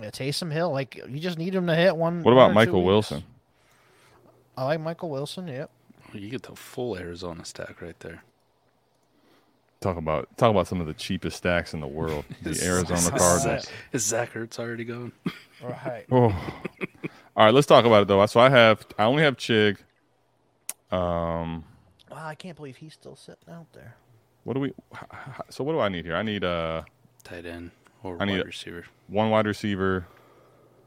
D: Yeah, Taysom Hill, like you just need him to hit one.
C: What
D: one or
C: about
D: two
C: Michael
D: weeks.
C: Wilson?
D: I like Michael Wilson. Yep.
E: You get the full Arizona stack right there.
C: Talk about talk about some of the cheapest stacks in the
D: (laughs)
C: world. The Arizona Cardinals.
E: Is Zach Ertz already going?
D: (laughs) Right.
C: Oh. All right, let's talk about it though. So I have I only have Chig.
D: wow, I can't believe he's still sitting out there.
C: What do we? h- h- So what do I need here? I need uh
E: Tight end or
C: I need
E: wide
C: a-
E: receiver.
C: one wide receiver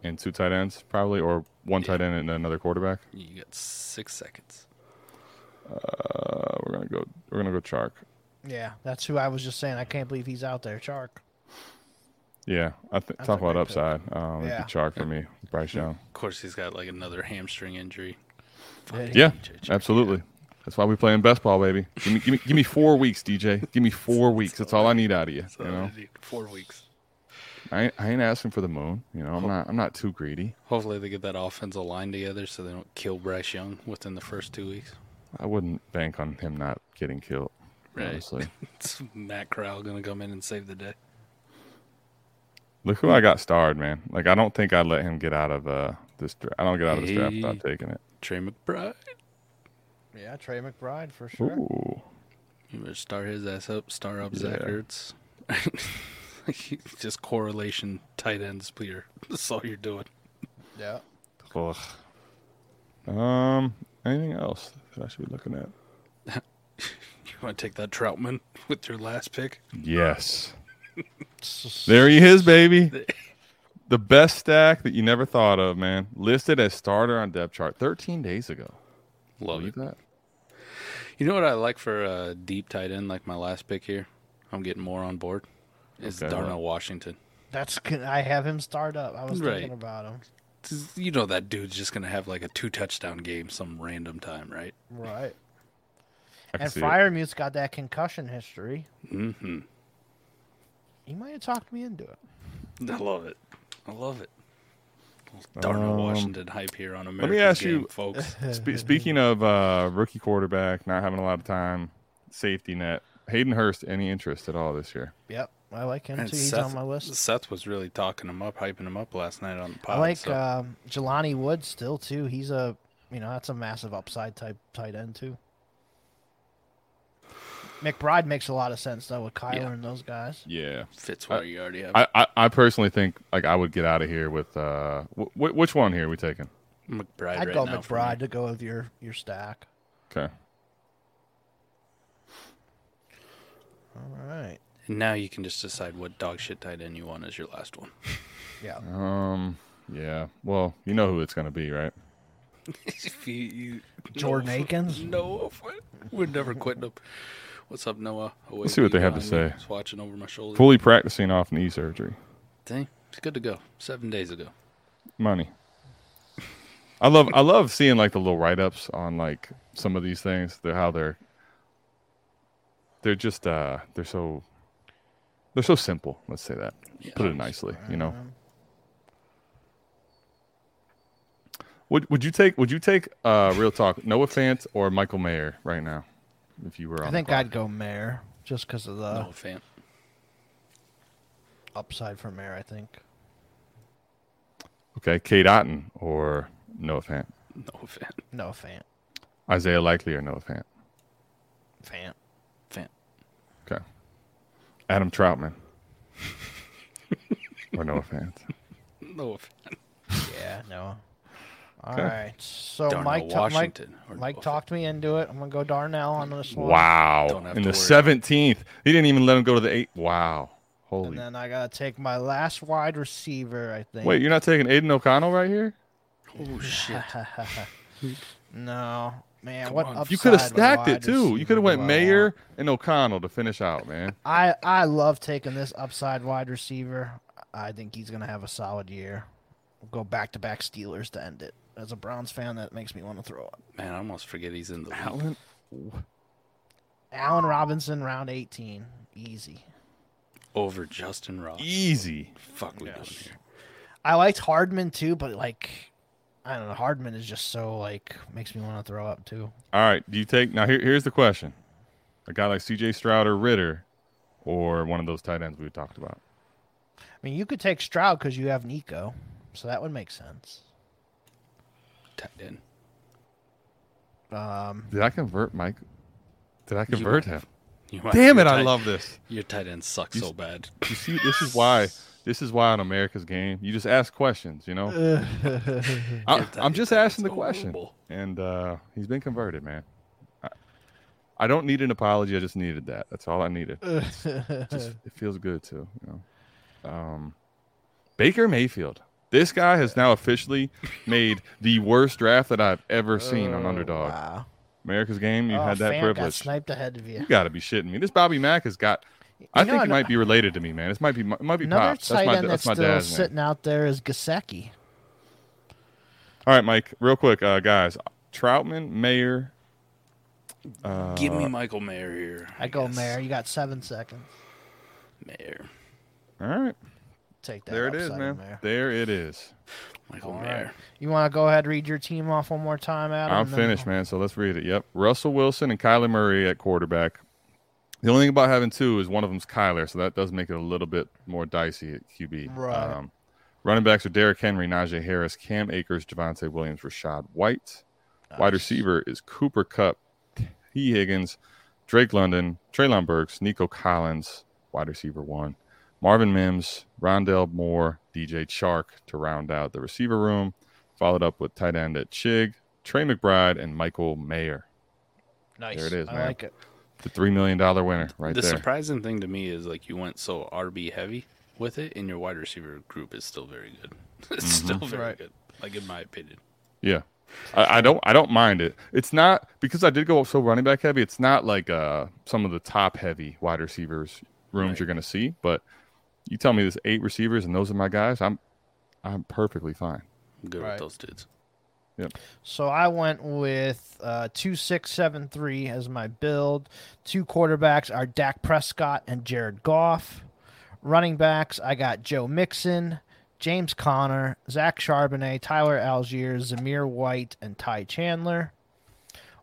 C: and two tight ends probably, or one tight end and another quarterback.
E: You got six seconds.
C: Uh, we're gonna go we're gonna go Chark.
D: Yeah, that's who I was just saying. I can't believe he's out there, Chark.
C: Yeah, I th- talk
D: a
C: about
D: good pick.
C: upside. Um, it'd
D: Yeah.
C: be Chark for me. Bryce Young.
E: Of course, he's got like another hamstring injury.
D: Did he?
C: Yeah,
E: DJ Chark,
C: absolutely. That's why we playing best ball, baby. Give me, give me, give me four weeks, DJ. Give me four weeks. That's all I need out of you.
E: So
C: You know,
E: four weeks.
C: I ain't, I ain't asking for the moon. You know, I'm not, I'm not too greedy.
E: Hopefully, they get that offensive line together so they don't kill Bryce Young within the first two weeks. (laughs)
C: I wouldn't bank on him not getting killed.
E: Right.
C: Honestly,
E: It's Matt Crowell gonna come in and save the day.
C: look who I got starred, man. Like I don't think I'd let him get out of uh this. Dra- I don't get out of this draft without
E: Hey.
C: taking it.
E: Trey McBride,
D: Yeah, Trey McBride for sure.
C: Ooh,
E: you better star his ass up. Star up Zach
C: Yeah.
E: Ertz. (laughs) Just correlation tight ends, Peter. (laughs) That's all you're doing.
D: Yeah.
C: Ugh. Um, anything else that I should be looking at?
E: You want to take that Troutman (laughs) with your last pick?
C: (laughs) Yes. there he is, (laughs) baby. The best stack that you never thought of, man. Listed as starter on depth chart 13 days ago.
E: Love
C: Look at that.
E: You know what I like for a deep tight end, like my last pick here? I'm getting more on board. Is
C: Okay,
E: Darnell
C: what?
E: Washington.
D: That's can I have him start up. I was
E: Right.
D: thinking about him.
E: 'Cause You know that dude's just going to have like a two touchdown game some random time, right?
D: Right.
C: I can
D: And
C: see it.
D: Firemute's got that concussion history.
E: Mm-hmm.
D: He might have talked me into it.
E: I love it. I love it. Darnell
C: Um,
E: Washington hype here on America.
C: ask
E: game,
C: you-
D: (laughs)
E: folks.
C: Spe- speaking of uh, rookie quarterback not having a lot of time, safety net. Hayden Hurst any interest at all this year.
D: Yep, I like him too. He's on my list.
E: Seth was really talking him up, hyping him up last night on the pod.
D: I like
E: so-
D: um, Jelani Wood still too. He's a you know that's a massive upside type tight end too. McBride makes a lot of sense though with Kyler
E: Yeah.
D: and those guys.
C: Yeah.
E: fits where you already have.
C: I, I, I personally think like I would get out of here with uh wh- wh- which one here are we taking?
E: McBride.
D: I'd
E: right
D: go
E: now for me.
D: McBride to go with your your stack.
C: Okay.
D: All right.
E: And now you can just decide what dog shit tight end you want as your last one.
D: Yeah.
C: Um yeah. Well, you know who it's gonna be, right?
E: If you- you-
D: Jordan
E: Noah-
D: Akins?
E: (laughs) Noah, we're never quitting him. What's up, Noah? Away
C: see what
E: from
C: they had to
E: behind me.
C: say.
E: Just watching over my shoulder.
C: Fully practicing off knee surgery.
E: Dang, it's good to go. Seven days ago.
C: Money. I love I love seeing like the little write ups on like some of these things. They're how they're they're just uh they're so they're so simple, let's say that. Put it nicely, you know. Would would you take would you take uh real talk Noah Fant or Michael Mayer right now if you were on
D: I
C: the
D: think
C: clock?
D: I'd go Mayor just because of the
C: Uh.
E: Noah fan.
D: upside for Mayor. I think.
C: Okay, Kate Otten or Noah Fant?
E: Noah fan.
D: No fan.
C: Isaiah Likely or Noah Fant?
D: Fan.
E: Fan.
C: Okay. Adam Troutman (laughs) or Noah Fant?
E: Noah fan.
D: Yeah. No. All right.
C: Okay.
D: So
E: Darnell
D: Mike, ta- Mike,
E: Washington. or
D: Mike
E: Noah
D: talked me into it. I'm gonna go Darnell on this one.
C: Wow.
E: Don't have
C: In
E: to
C: the
E: worry.
C: 17th. He didn't even let him go to the 8. Wow. Holy.
D: And then I gotta take my last wide receiver. I think.
C: Wait, you're not taking Aiden O'Connell right here?
E: Fan. Oh, shit.
D: (laughs) no, man.
E: Come
D: what
E: on.
C: You could have
D: upside
C: stacked
D: wide
C: it too.
D: receiver
C: You could have went
D: do I
C: Mayer
D: want?
C: and O'Connell to finish out, man.
D: I I love taking this upside wide receiver. I think he's gonna have a solid year. We'll go back to back Steelers to end it. As a Browns fan, that makes me want to throw up.
E: Man, I almost forget he's in the league.
C: Allen.
D: Allen Robinson, round 18, easy.
E: over Justin Ross.
C: Easy.
E: Fuck, we doing here.
D: I liked Hardman too, but like, I don't know. Hardman is just so like makes me want to throw up too.
C: All right. Do you take now? Here, here's the question: a guy like C.J. Stroud or Ritter, or one of those tight ends we talked about.
D: I mean, you could take Stroud because you have Nico, so that would make sense.
E: Tight end.
D: Um,
C: Did I convert Mike? Did I convert him?
E: You might-
C: Damn
E: your
C: it! I
E: tight-
C: love this.
E: your tight end sucks so bad.
C: You see, this is why. This is why on America's Game, you just ask questions. You know, I,
E: Yeah,
C: I'm just
E: that-
C: asking the
E: that's
C: question,
E: horrible.
C: and uh, he's been converted, man. I, I don't need an apology. I just needed that. That's all I needed. It's- it just- it feels good too. You know, um, Baker Mayfield. This guy has now officially made the worst draft that I've ever seen on Underdog.
D: wow.
C: America's Game. You
D: Oh,
C: had that
D: Fant Got
C: privilege.
D: sniped ahead of you.
C: You gotta be shitting me. This Bobby Mack has got. I
D: know,
C: think he
D: an-
C: might be related to me, man. This might be. It might be
D: Another
C: pop. That's
D: tight
C: my.
D: end that's,
C: That's my
D: still
C: dad's name.
D: sitting out there is Gasecki.
C: All right, Mike. Real quick, uh, guys. Troutman, Mayer. Uh,
E: Give me Michael Mayer here.
D: I go
E: guess.
D: Mayor. You got seven seconds.
E: Mayer.
C: All right,
D: Take that.
C: there it is,
D: upside
C: man.
D: Mayer.
C: There it is.
E: Michael
D: All
E: Mayer.
D: right. You want to go ahead read your team off one more time, Adam?
C: I'm
D: and then-
C: finished, man. So let's read it. Yep. Russell Wilson and Kyler Murray at quarterback. The only thing about having two is one of them's Kyler, so that does make it a little bit more dicey at QB.
D: Right.
C: running backs are Derrick Henry, Najee Harris, Cam Akers, Javante Williams, Rashad White. Wide receiver is Cooper Cup, T. Higgins, Drake London, Traylon Burks, Nico Collins, wide receiver one, Marvin Mims, Rondell Moore, DJ Chark to round out the receiver room, followed up with tight end at Chig, Trey McBride, and Michael Mayer.
D: Nice.
C: There it is,
D: I
C: man.
D: like it.
C: The $3 million winner right
E: the
C: there.
E: surprising thing to me is like you went so RB heavy with it, and your wide receiver group is still very good. (laughs) It's
C: Mm-hmm.
E: still very
D: Right.
E: good, like in my opinion.
C: Yeah. I, I don't I don't mind it. It's not because I did go so running back heavy, it's not like uh some of the top heavy wide receivers rooms you're gonna see, but you tell me there's eight receivers and those are my guys, I'm I'm perfectly fine.
E: I'm good
D: Right.
E: with those dudes.
D: So I went with uh, two six seven three as my build. Two quarterbacks are Dak Prescott and Jared Goff. Running backs I got Joe Mixon, James Conner, Zach Charbonnet, Tyler Algier, Zamir White, and Ty Chandler.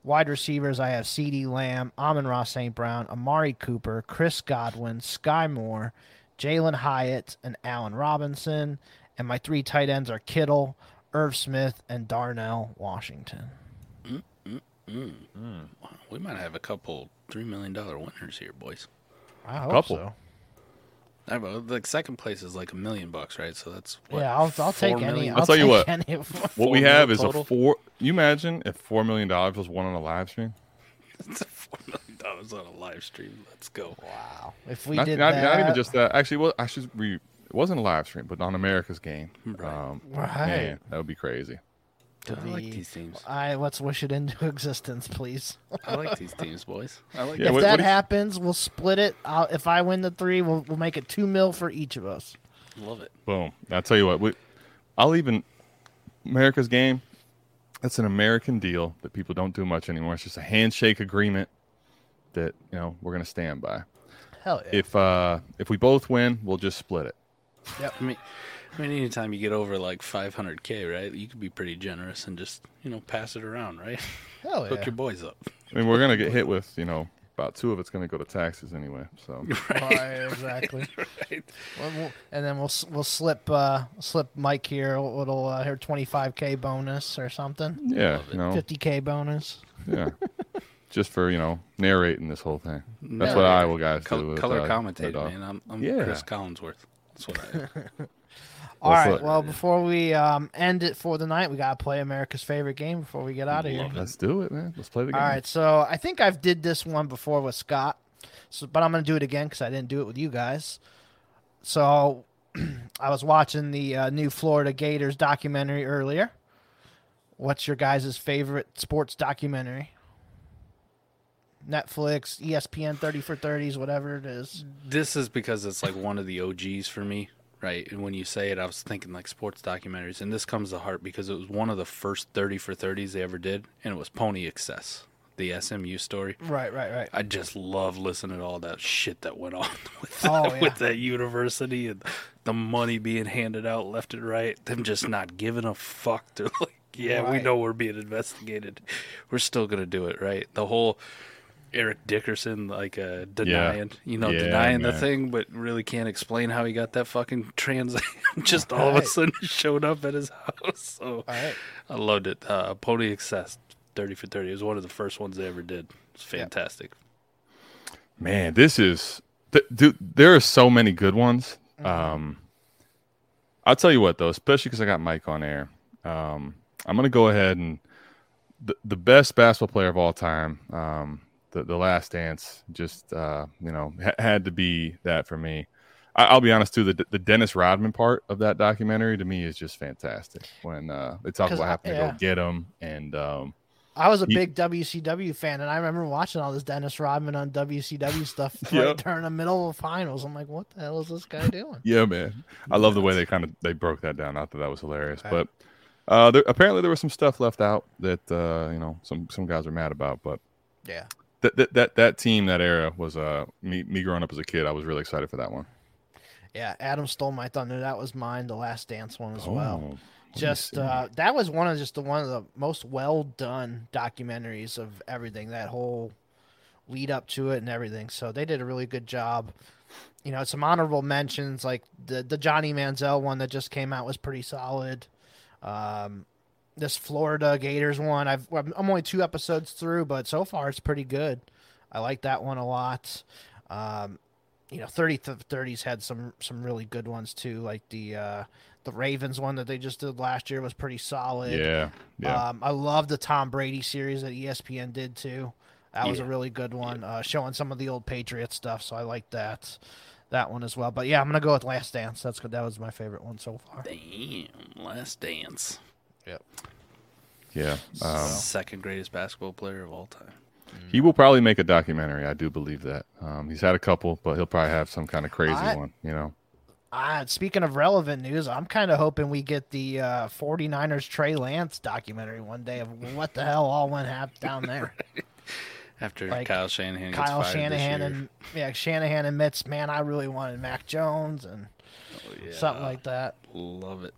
D: Wide receivers, I have C.D. Lamb, Amon Ross St. Brown, Amari Cooper, Chris Godwin, Sky Moore, Jalen Hyatt, and Allen Robinson. And my three tight ends are Kittle, Irv Smith, and Darnell Washington.
E: Mm. We might have a couple $3 million winners here, boys.
D: I hope
C: Couple.
D: so.
E: I don't know, the second place is like a million bucks, right? So that's what,
D: yeah, I'll, I'll take
E: four
D: any.
E: million?
D: I'll,
C: tell you
D: take
C: what.
D: any of them.
C: What we
E: Four
C: have
E: million
C: is
E: total?
C: a four. You imagine if four million dollars was won on a live stream?
E: (laughs) four million dollars on a live stream. Let's go.
D: Wow. If we
C: Not,
D: did
C: not,
D: that,
C: not even just that. Actually, well, I should. Re- it wasn't a live stream, but on America's game. Um,
D: Right.
C: man, that would be crazy.
E: I like
D: the-
E: these teams.
D: I let's wish it into (laughs) existence, please.
E: I like
C: (laughs)
E: these teams, boys. I like
C: Yeah,
D: if
C: what-
D: that
C: what do you-
D: happens, we'll split it. I'll, if I win the three, we'll, we'll make it two mil for each of us.
E: love it.
C: Boom. I tell you what, we, I'll even America's game. That's an American deal that people don't do much anymore. It's just a handshake agreement that you know we're gonna stand by.
D: Hell yeah!
C: If uh if we both win, we'll just split it.
E: I mean, I mean, anytime you get over like 500k, right? You could be pretty generous and just you know pass it around, right? (laughs)
D: Hell
E: Hook
D: yeah!
E: your boys up.
C: I mean, we're gonna get hit with you know about two of it's gonna go to taxes anyway.
E: (laughs)
C: So
D: (laughs) Why, exactly. Well, we'll- and then we'll s- we'll slip uh, slip Mike here a little uh, here twenty five k bonus or something,
C: yeah, you know,
D: fifty k bonus.
C: yeah, just for you know narrating this whole thing. That's what Iowa guys do.
E: Color,
C: with,
E: color
C: uh, their
E: commentator,
C: dog.
E: man. I'm, I'm
C: Yeah.
E: Chris Collinsworth. That's what I am. (laughs)
D: All
C: That's
D: right.
C: what-
D: Well, before we um, end it for the night, we gotta play America's favorite game before we get out of here.
E: Love
C: Let's do it, man. Let's play the game.
D: All right, so I think I've did this one before with Scott, so but I'm gonna do it again because I didn't do it with you guys. So (clears throat) I was watching the uh, new Florida Gators documentary earlier. What's your guys' favorite sports documentary? Netflix, E ESPN, thirty for thirties, whatever it is.
E: This is because it's like one of the OGs for me, right? And when you say it, I was thinking like sports documentaries, and this comes to heart because it was one of the first 30 for 30s they ever did, and it was Pony Excess, the SMU story.
D: Right, right, right.
E: I just love listening to all that shit that went on (laughs) with that,
D: Oh, yeah.
E: with that university and the money being handed out left and right. Them just not giving a fuck. (laughs) They're like, yeah, we
D: Right.
E: know we're being investigated. We're still gonna do it, right? The whole Eric Dickerson like uh, denying, you know,
C: Yeah,
E: denying the
C: man.
E: thing, but really can't explain how he got that fucking trans. (laughs) just all of a
D: Right.
E: sudden (laughs) showed up at his house. (laughs) So
D: All right.
E: I loved it. Uh, Pony Excess, thirty for thirty. It was one of the first ones they ever did. It's fantastic.
C: Man, this is th- dude. There are so many good ones.
D: Mm-hmm.
C: Um, I'll tell you what though, especially because I got Mike on air. Um, I'm gonna go ahead and the the best basketball player of all time. Um, the the Last Dance just uh, you know ha- had to be that for me. I- I'll be honest too. The the Dennis Rodman part of that documentary to me is just fantastic. When uh, they talk
D: 'Cause
C: about
D: I-
C: having to
D: yeah.
C: go get him and um,
D: I was a
C: Ye-
D: big WCW fan, and I remember watching all this Dennis Rodman
C: (laughs)
D: on WCW stuff right
C: Yep.
D: during the middle of finals. I'm like, what the hell is this guy doing?
C: Yeah, man. I love the way they kind of they broke that down. I thought that was hilarious.
D: Okay.
C: But uh, there, apparently there was some stuff left out that uh, you know some some guys are mad about. But
D: Yeah.
C: that that that, that team that era was uh me me growing up as a kid. I was really excited for that one.
D: Yeah, Adam stole my thunder. That was mine. The Last Dance one as well.
C: Oh, me
D: Just
C: see.
D: uh, that was one of just the one of the most well done documentaries of everything. That whole lead up to it and everything. So they did a really good job. You know, some honorable mentions like the the Johnny Manziel one that just came out was pretty solid. Um, this Florida Gators one, I've I'm I'm only two episodes through, but so far it's pretty good. I like that one a lot. Um, you know, 30 th- 30s had some some really good ones too, like the uh, the Ravens one that they just did last year was pretty solid.
C: yeah yeah.
E: Uh,
D: Um, I love the Tom Brady series that E ESPN did too. That was a
E: Yeah.
D: really good one, uh, showing some of the old Patriot stuff. So I like that, that one as well. But yeah, I'm gonna go with Last Dance. That's good. That was my favorite one so far.
E: Damn, Last Dance.
C: yeah. Um,
E: Second greatest basketball player of all time.
C: he will probably make a documentary. I do believe that. Um, he's had a couple, but he'll probably have some kind of crazy
D: I-
C: one. You know.
D: Uh, speaking of relevant news, I'm kind of hoping we get the uh, 49ers Trey Lance documentary one day of what the hell all went hap- down there.
E: After
D: Like,
E: Kyle Shanahan (laughs) gets
D: Kyle
E: fired
D: Shanahan
E: this
D: and yeah, Shanahan admits, man, I really wanted Mac Jones and
E: year.
D: something
E: Oh, Yeah,
D: like that.
E: love it.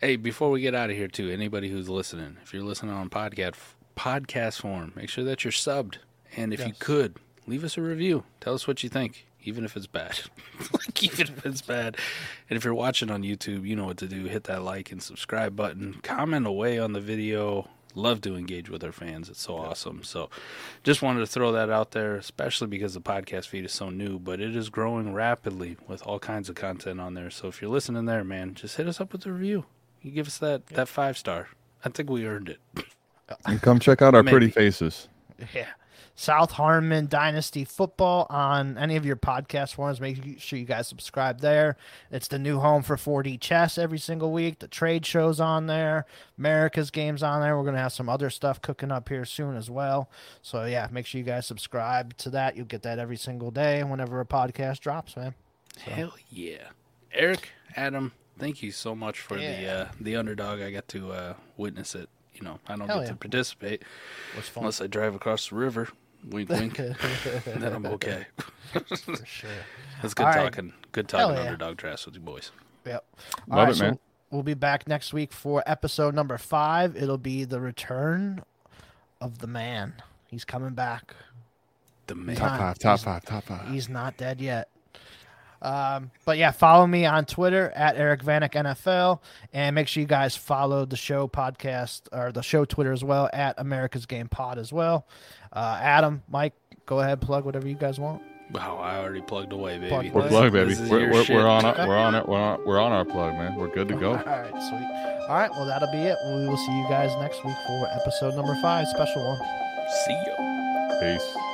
E: Hey, before we get out of here, too, anybody who's listening, if you're listening on podcast podcast form. Make sure that you're subbed. And if you
D: Yes.
E: could, leave us a review. Tell us what you think, even if it's bad. (laughs) like, even if it's bad. And if you're watching on YouTube, you know what to do. Hit that like and subscribe button. Comment away on the video. Love to engage with our fans. It's so awesome. So, just wanted to throw that out there, especially because the podcast feed is so new, but it is growing rapidly with all kinds of content on there. So, if you're listening there, man, just hit us up with a review. You give us that, that five star. I think we earned
D: (laughs)
E: it.
C: And come check out our pretty
E: Maybe.
C: faces.
D: Yeah. South Harmon Dynasty Football on any of your podcast forums. Make sure you guys subscribe there. It's the new home for 4D chess every single week. The trade shows on there. America's games on there. We're gonna have some other stuff cooking up here soon as well. So yeah, make sure you guys subscribe to that. You'll get that every single day whenever a podcast drops, man. (laughs)
E: Hell yeah, Eric, Adam, thank you so much for the
D: Yeah.
E: uh, the underdog. I got to uh, witness it. You know, I don't
D: Hell
E: get
D: yeah.
E: to participate
D: It was fun.
E: unless I drive across the river.
D: (laughs)
E: Wink, wink. (laughs) and then I'm okay.
D: for sure.
E: That's good
D: All right.
E: talking. Good talking
D: yeah.
E: underdog drafts with you boys.
D: Yep.
C: Love it, man.
D: We'll be back next week for episode number five. It'll be the return of the man. He's coming back.
E: The man.
D: Time.
C: Top five, top five, top five.
D: He's not dead yet. Um, but yeah, follow me on Twitter at Eric Vanek NFL, and make sure you guys follow the show podcast or the show Twitter as well at America's Game Pod as well. Uh, Adam, Mike, go ahead plug whatever you guys want.
E: Wow, I already plugged away, baby.
D: Plug
C: We're
D: This-
C: plugged, baby.
E: This is
C: We're,
E: your
C: we're,
E: shit.
C: we're on our, we're
E: (laughs)
C: on our, we're on we're on our plug, man. We're good to
D: All
C: go.
D: right, sweet. All right, well that'll be it. We will see you guys next week for episode number five, special one.
E: See ya.
C: Peace.